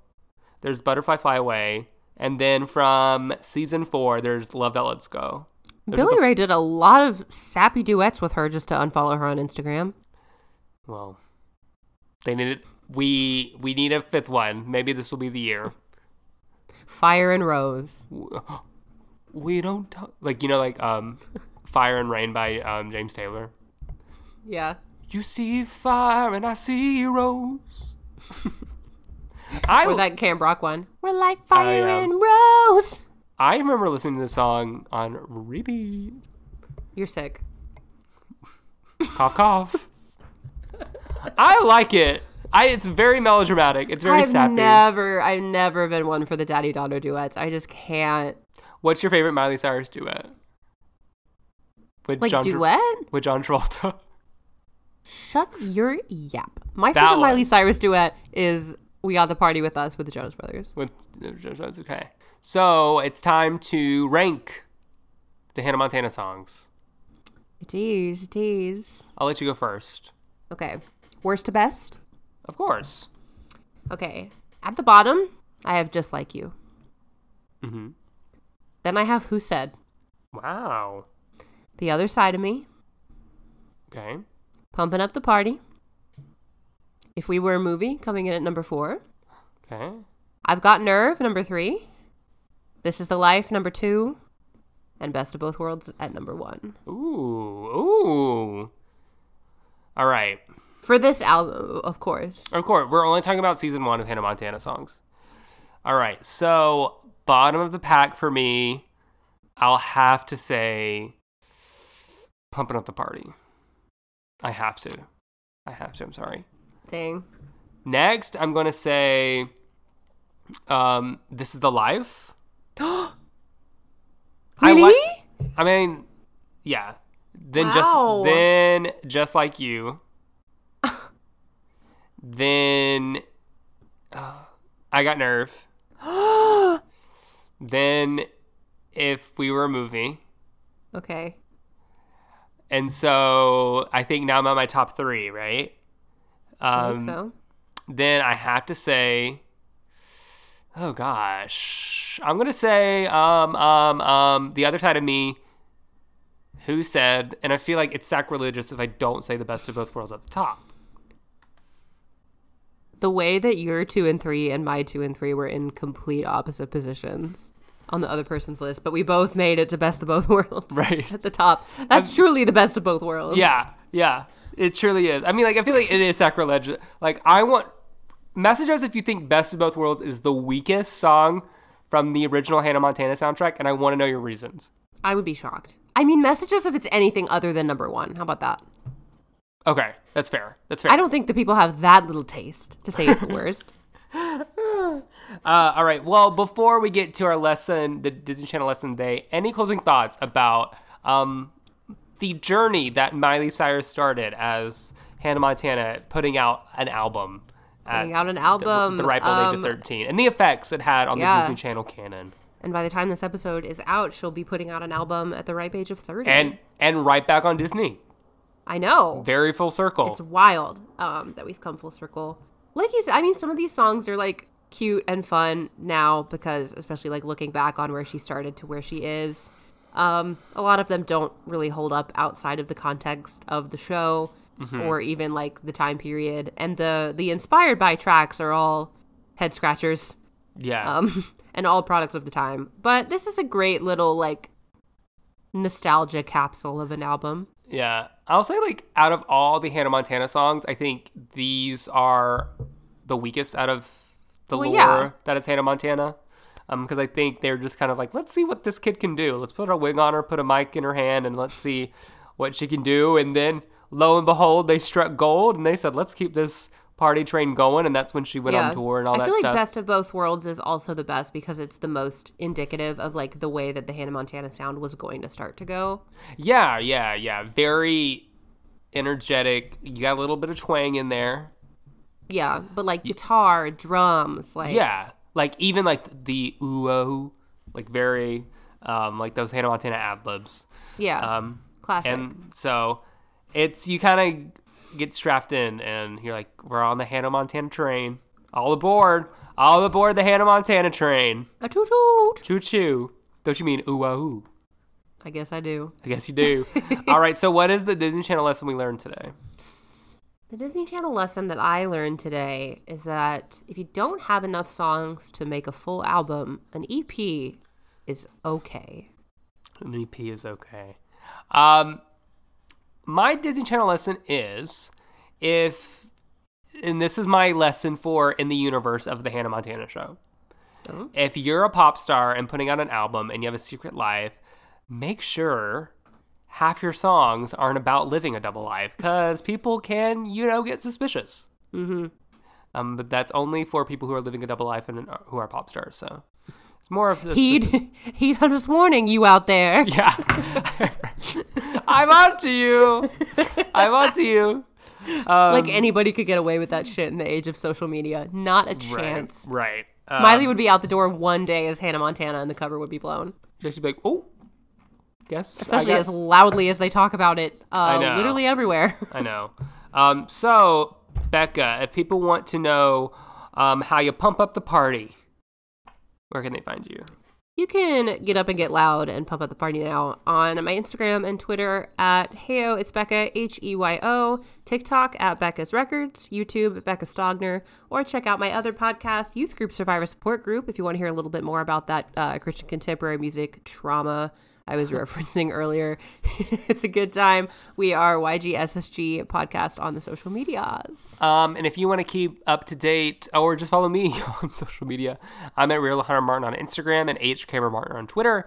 Speaker 2: There's Butterfly Fly Away, and then from season four, there's Love That Let's Go. Those are
Speaker 3: Billy
Speaker 2: the-
Speaker 3: Ray did a lot of sappy duets with her just to unfollow her on Instagram.
Speaker 2: Well, they need it. We we need a fifth one. Maybe this will be the year.
Speaker 3: Fire and Rose.
Speaker 2: We don't talk, like you know like um, Fire and Rain by um, James Taylor.
Speaker 3: Yeah.
Speaker 2: You see fire and I see rose. I
Speaker 3: Or that Cam Brock one. We're like
Speaker 2: fire
Speaker 3: fire
Speaker 2: yeah. and
Speaker 3: and rose.
Speaker 2: I remember listening to the song on repeat.
Speaker 3: You're sick.
Speaker 2: Cough cough. I like it. I it's very melodramatic. It's very
Speaker 3: I've
Speaker 2: sappy.
Speaker 3: never, I've never been one for the daddy daughter duets. I just can't.
Speaker 2: What's your favorite Miley Cyrus duet? With
Speaker 3: Like
Speaker 2: John Tra-
Speaker 3: duet?
Speaker 2: with John Travolta.
Speaker 3: Shut your yap. My
Speaker 2: That
Speaker 3: favorite
Speaker 2: one.
Speaker 3: Miley Cyrus duet is "We Got the Party with Us" with the Jonas Brothers.
Speaker 2: with it's okay. So it's time to rank the Hannah Montana songs.
Speaker 3: It is. It is.
Speaker 2: I'll let you go first.
Speaker 3: Okay. Worst to best.
Speaker 2: Of course.
Speaker 3: Okay. At the bottom, I have "Just Like You."
Speaker 2: hmm
Speaker 3: Then I have "Who Said."
Speaker 2: Wow.
Speaker 3: The other side of me.
Speaker 2: Okay.
Speaker 3: Pumping up the party. If we were a movie, coming in at number four.
Speaker 2: Okay.
Speaker 3: I've Got Nerve, number three. This is the Life, number two. And Best of Both Worlds at number one.
Speaker 2: Ooh. Ooh. All right.
Speaker 3: For this album, of course.
Speaker 2: Of course, we're only talking about season one of Hannah Montana songs. All right. So bottom of the pack for me, I'll have to say, pumping up the party. I have to. I have to. I'm sorry.
Speaker 3: Dang.
Speaker 2: Next, I'm gonna say, um, this is the life. I like. I mean, yeah. Then
Speaker 3: Wow.
Speaker 2: just then just like you. then, uh, I got nerve. then, if we were a movie,
Speaker 3: Okay.
Speaker 2: and so I think now I'm at my top three, right? Um,
Speaker 3: I think so.
Speaker 2: then I have to say, oh gosh, I'm gonna say, um, um, um, the other side of me, who said, and I feel like it's sacrilegious if I don't say the best of both worlds at the top.
Speaker 3: The way that your two and three and my two and three were in complete opposite positions on the other person's list, but we both made it to Best of Both Worlds.
Speaker 2: Right.
Speaker 3: At the top. That's truly the best of both worlds.
Speaker 2: Yeah, yeah, it truly is. I mean, like, I feel like it is sacrilegious. Like, I want message us if you think best of both worlds is the weakest song from the original Hannah Montana soundtrack, and I want to know your reasons.
Speaker 3: I would be shocked. I mean, messages if it's anything other than number one. How about that?
Speaker 2: Okay, that's fair. That's fair.
Speaker 3: I don't think the people have that little taste to say it's the worst.
Speaker 2: Uh, all right. Well, before we get to our lesson, the Disney Channel lesson day, any closing thoughts about um, the journey that Miley Cyrus started as Hannah Montana putting out an album? at
Speaker 3: Putting out an
Speaker 2: the-
Speaker 3: album,
Speaker 2: The, ripe old age of
Speaker 3: um,
Speaker 2: 13. And the effects it had on
Speaker 3: yeah.
Speaker 2: the Disney Channel canon.
Speaker 3: And by the time this episode is out, she'll be putting out an album at the ripe age of 30.
Speaker 2: And, and right back on Disney.
Speaker 3: I know.
Speaker 2: Very full circle.
Speaker 3: It's wild um, that we've come full circle. Like you said, I mean, some of these songs are like cute and fun now because, especially like looking back on where she started to where she is, um, a lot of them don't really hold up outside of the context of the show
Speaker 2: Mm-hmm.
Speaker 3: or even like the time period. And the the inspired by tracks are all head scratchers
Speaker 2: yeah.
Speaker 3: um, and all products of the time. But this is a great little like nostalgia capsule of an album.
Speaker 2: Yeah. I'll say like out of all the Hannah Montana songs, I think these are the weakest out of the
Speaker 3: Well,
Speaker 2: lore
Speaker 3: yeah.
Speaker 2: that is Hannah Montana. Um, because I think they're just kind of like, let's see what this kid can do. Let's put a wig on her, put a mic in her hand, and let's see what she can do. And then lo and behold, they struck gold and they said, let's keep this party train going. And that's when she went on tour and all
Speaker 3: I
Speaker 2: that
Speaker 3: feel like
Speaker 2: stuff.
Speaker 3: Best of Both Worlds is also the best because it's the most indicative of like the way that the Hannah Montana sound was going to start to go.
Speaker 2: Yeah, yeah, yeah. Very energetic. You got a little bit of twang in there.
Speaker 3: Yeah, but like guitar, drums, like
Speaker 2: Yeah, like even like the ooh like very um like those Hannah Montana ad libs.
Speaker 3: yeah,
Speaker 2: Um
Speaker 3: classic.
Speaker 2: and so it's you kind of get strapped in and you're like we're on the Hannah Montana train. All aboard. All aboard the Hannah Montana train.
Speaker 3: a toot toot.
Speaker 2: Choo choo. Don't you mean ooh
Speaker 3: I guess I do.
Speaker 2: I guess you do. All right. So, what is the Disney Channel lesson we learned today?
Speaker 3: The Disney Channel lesson that I learned today is that if you don't have enough songs to make a full album, an EP is okay.
Speaker 2: An EP E is okay. Um, my Disney Channel lesson is if, and this is my lesson for in the universe of the Hannah Montana show.
Speaker 3: Oh.
Speaker 2: If you're a pop star and putting out an album and you have a secret life, make sure half your songs aren't about living a double life because people can, you know, get suspicious. Mm-hmm. Um, but that's only for people who are living a double life and who are pop stars. So it's more of this.
Speaker 3: Heed, heed Hunter's warning, you out there.
Speaker 2: Yeah. I'm on to you. I'm on to you. Um,
Speaker 3: like anybody could get away with that shit in the age of social media. Not a chance.
Speaker 2: Right. Um,
Speaker 3: Miley would be out the door one day as Hannah Montana and the cover would be blown.
Speaker 2: she'd be like, oh, guess. I
Speaker 3: Especially
Speaker 2: got-
Speaker 3: as loudly as they talk about it uh,
Speaker 2: know.
Speaker 3: literally everywhere.
Speaker 2: I know. Um, so, Becca, if people want to know um, how you pump up the party, where can they find you?
Speaker 3: You can get up and get loud and pump up the party now on my Instagram and Twitter at Heyo, it's Becca, H E Y O, TikTok at Becca's Records, YouTube at Becca Stogner, or check out my other podcast, Youth Group Survivor Support Group, if you want to hear a little bit more about that uh, Christian contemporary music trauma I was referencing earlier. it's a good time. We are YGSSG podcast on the social medias.
Speaker 2: Um, and if you want to keep up to date or just follow me on social media, I'm at Real Hunter Martin on Instagram and H. Kramer Martin on Twitter.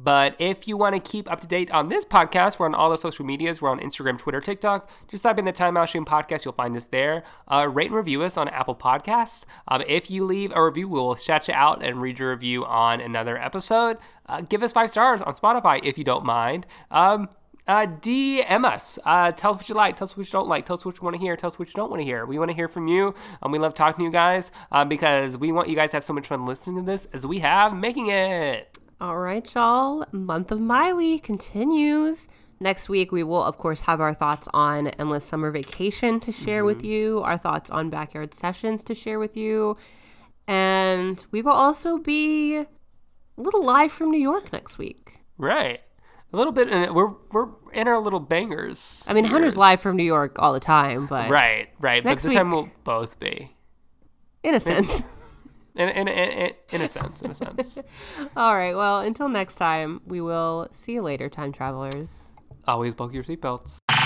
Speaker 2: But if you want to keep up to date on this podcast, we're on all the social medias. We're on Instagram, Twitter, TikTok. Just type in the Time Out Stream podcast. You'll find us there. Uh, rate and review us on Apple Podcasts. Um, if you leave a review, we will shout you out and read your review on another episode. Uh, give us five stars on Spotify if you don't mind. Um, uh, DM us. Uh, tell us what you like. Tell us what you don't like. Tell us what you want to hear. Tell us what you don't want to hear. We want to hear from you, and we love talking to you guys uh, because we want you guys to have so much fun listening to this as we have making it.
Speaker 3: All right, y'all. Month of Miley continues. Next week, we will, of course, have our thoughts on Endless Summer Vacation to share with you, our thoughts on Backyard Sessions to share with you. And we will also be a little live from New York next week.
Speaker 2: Right. A little bit, and we're we're in our little bangers.
Speaker 3: I mean, Hunter's live from New York all the time, but
Speaker 2: Right, right.
Speaker 3: Next
Speaker 2: but this time
Speaker 3: week.
Speaker 2: we'll both be.
Speaker 3: in a sense.
Speaker 2: In, in, in, in a sense, in a sense.
Speaker 3: all right, well, until next time, we will see you later, time travelers.
Speaker 2: Always buckle your seatbelts.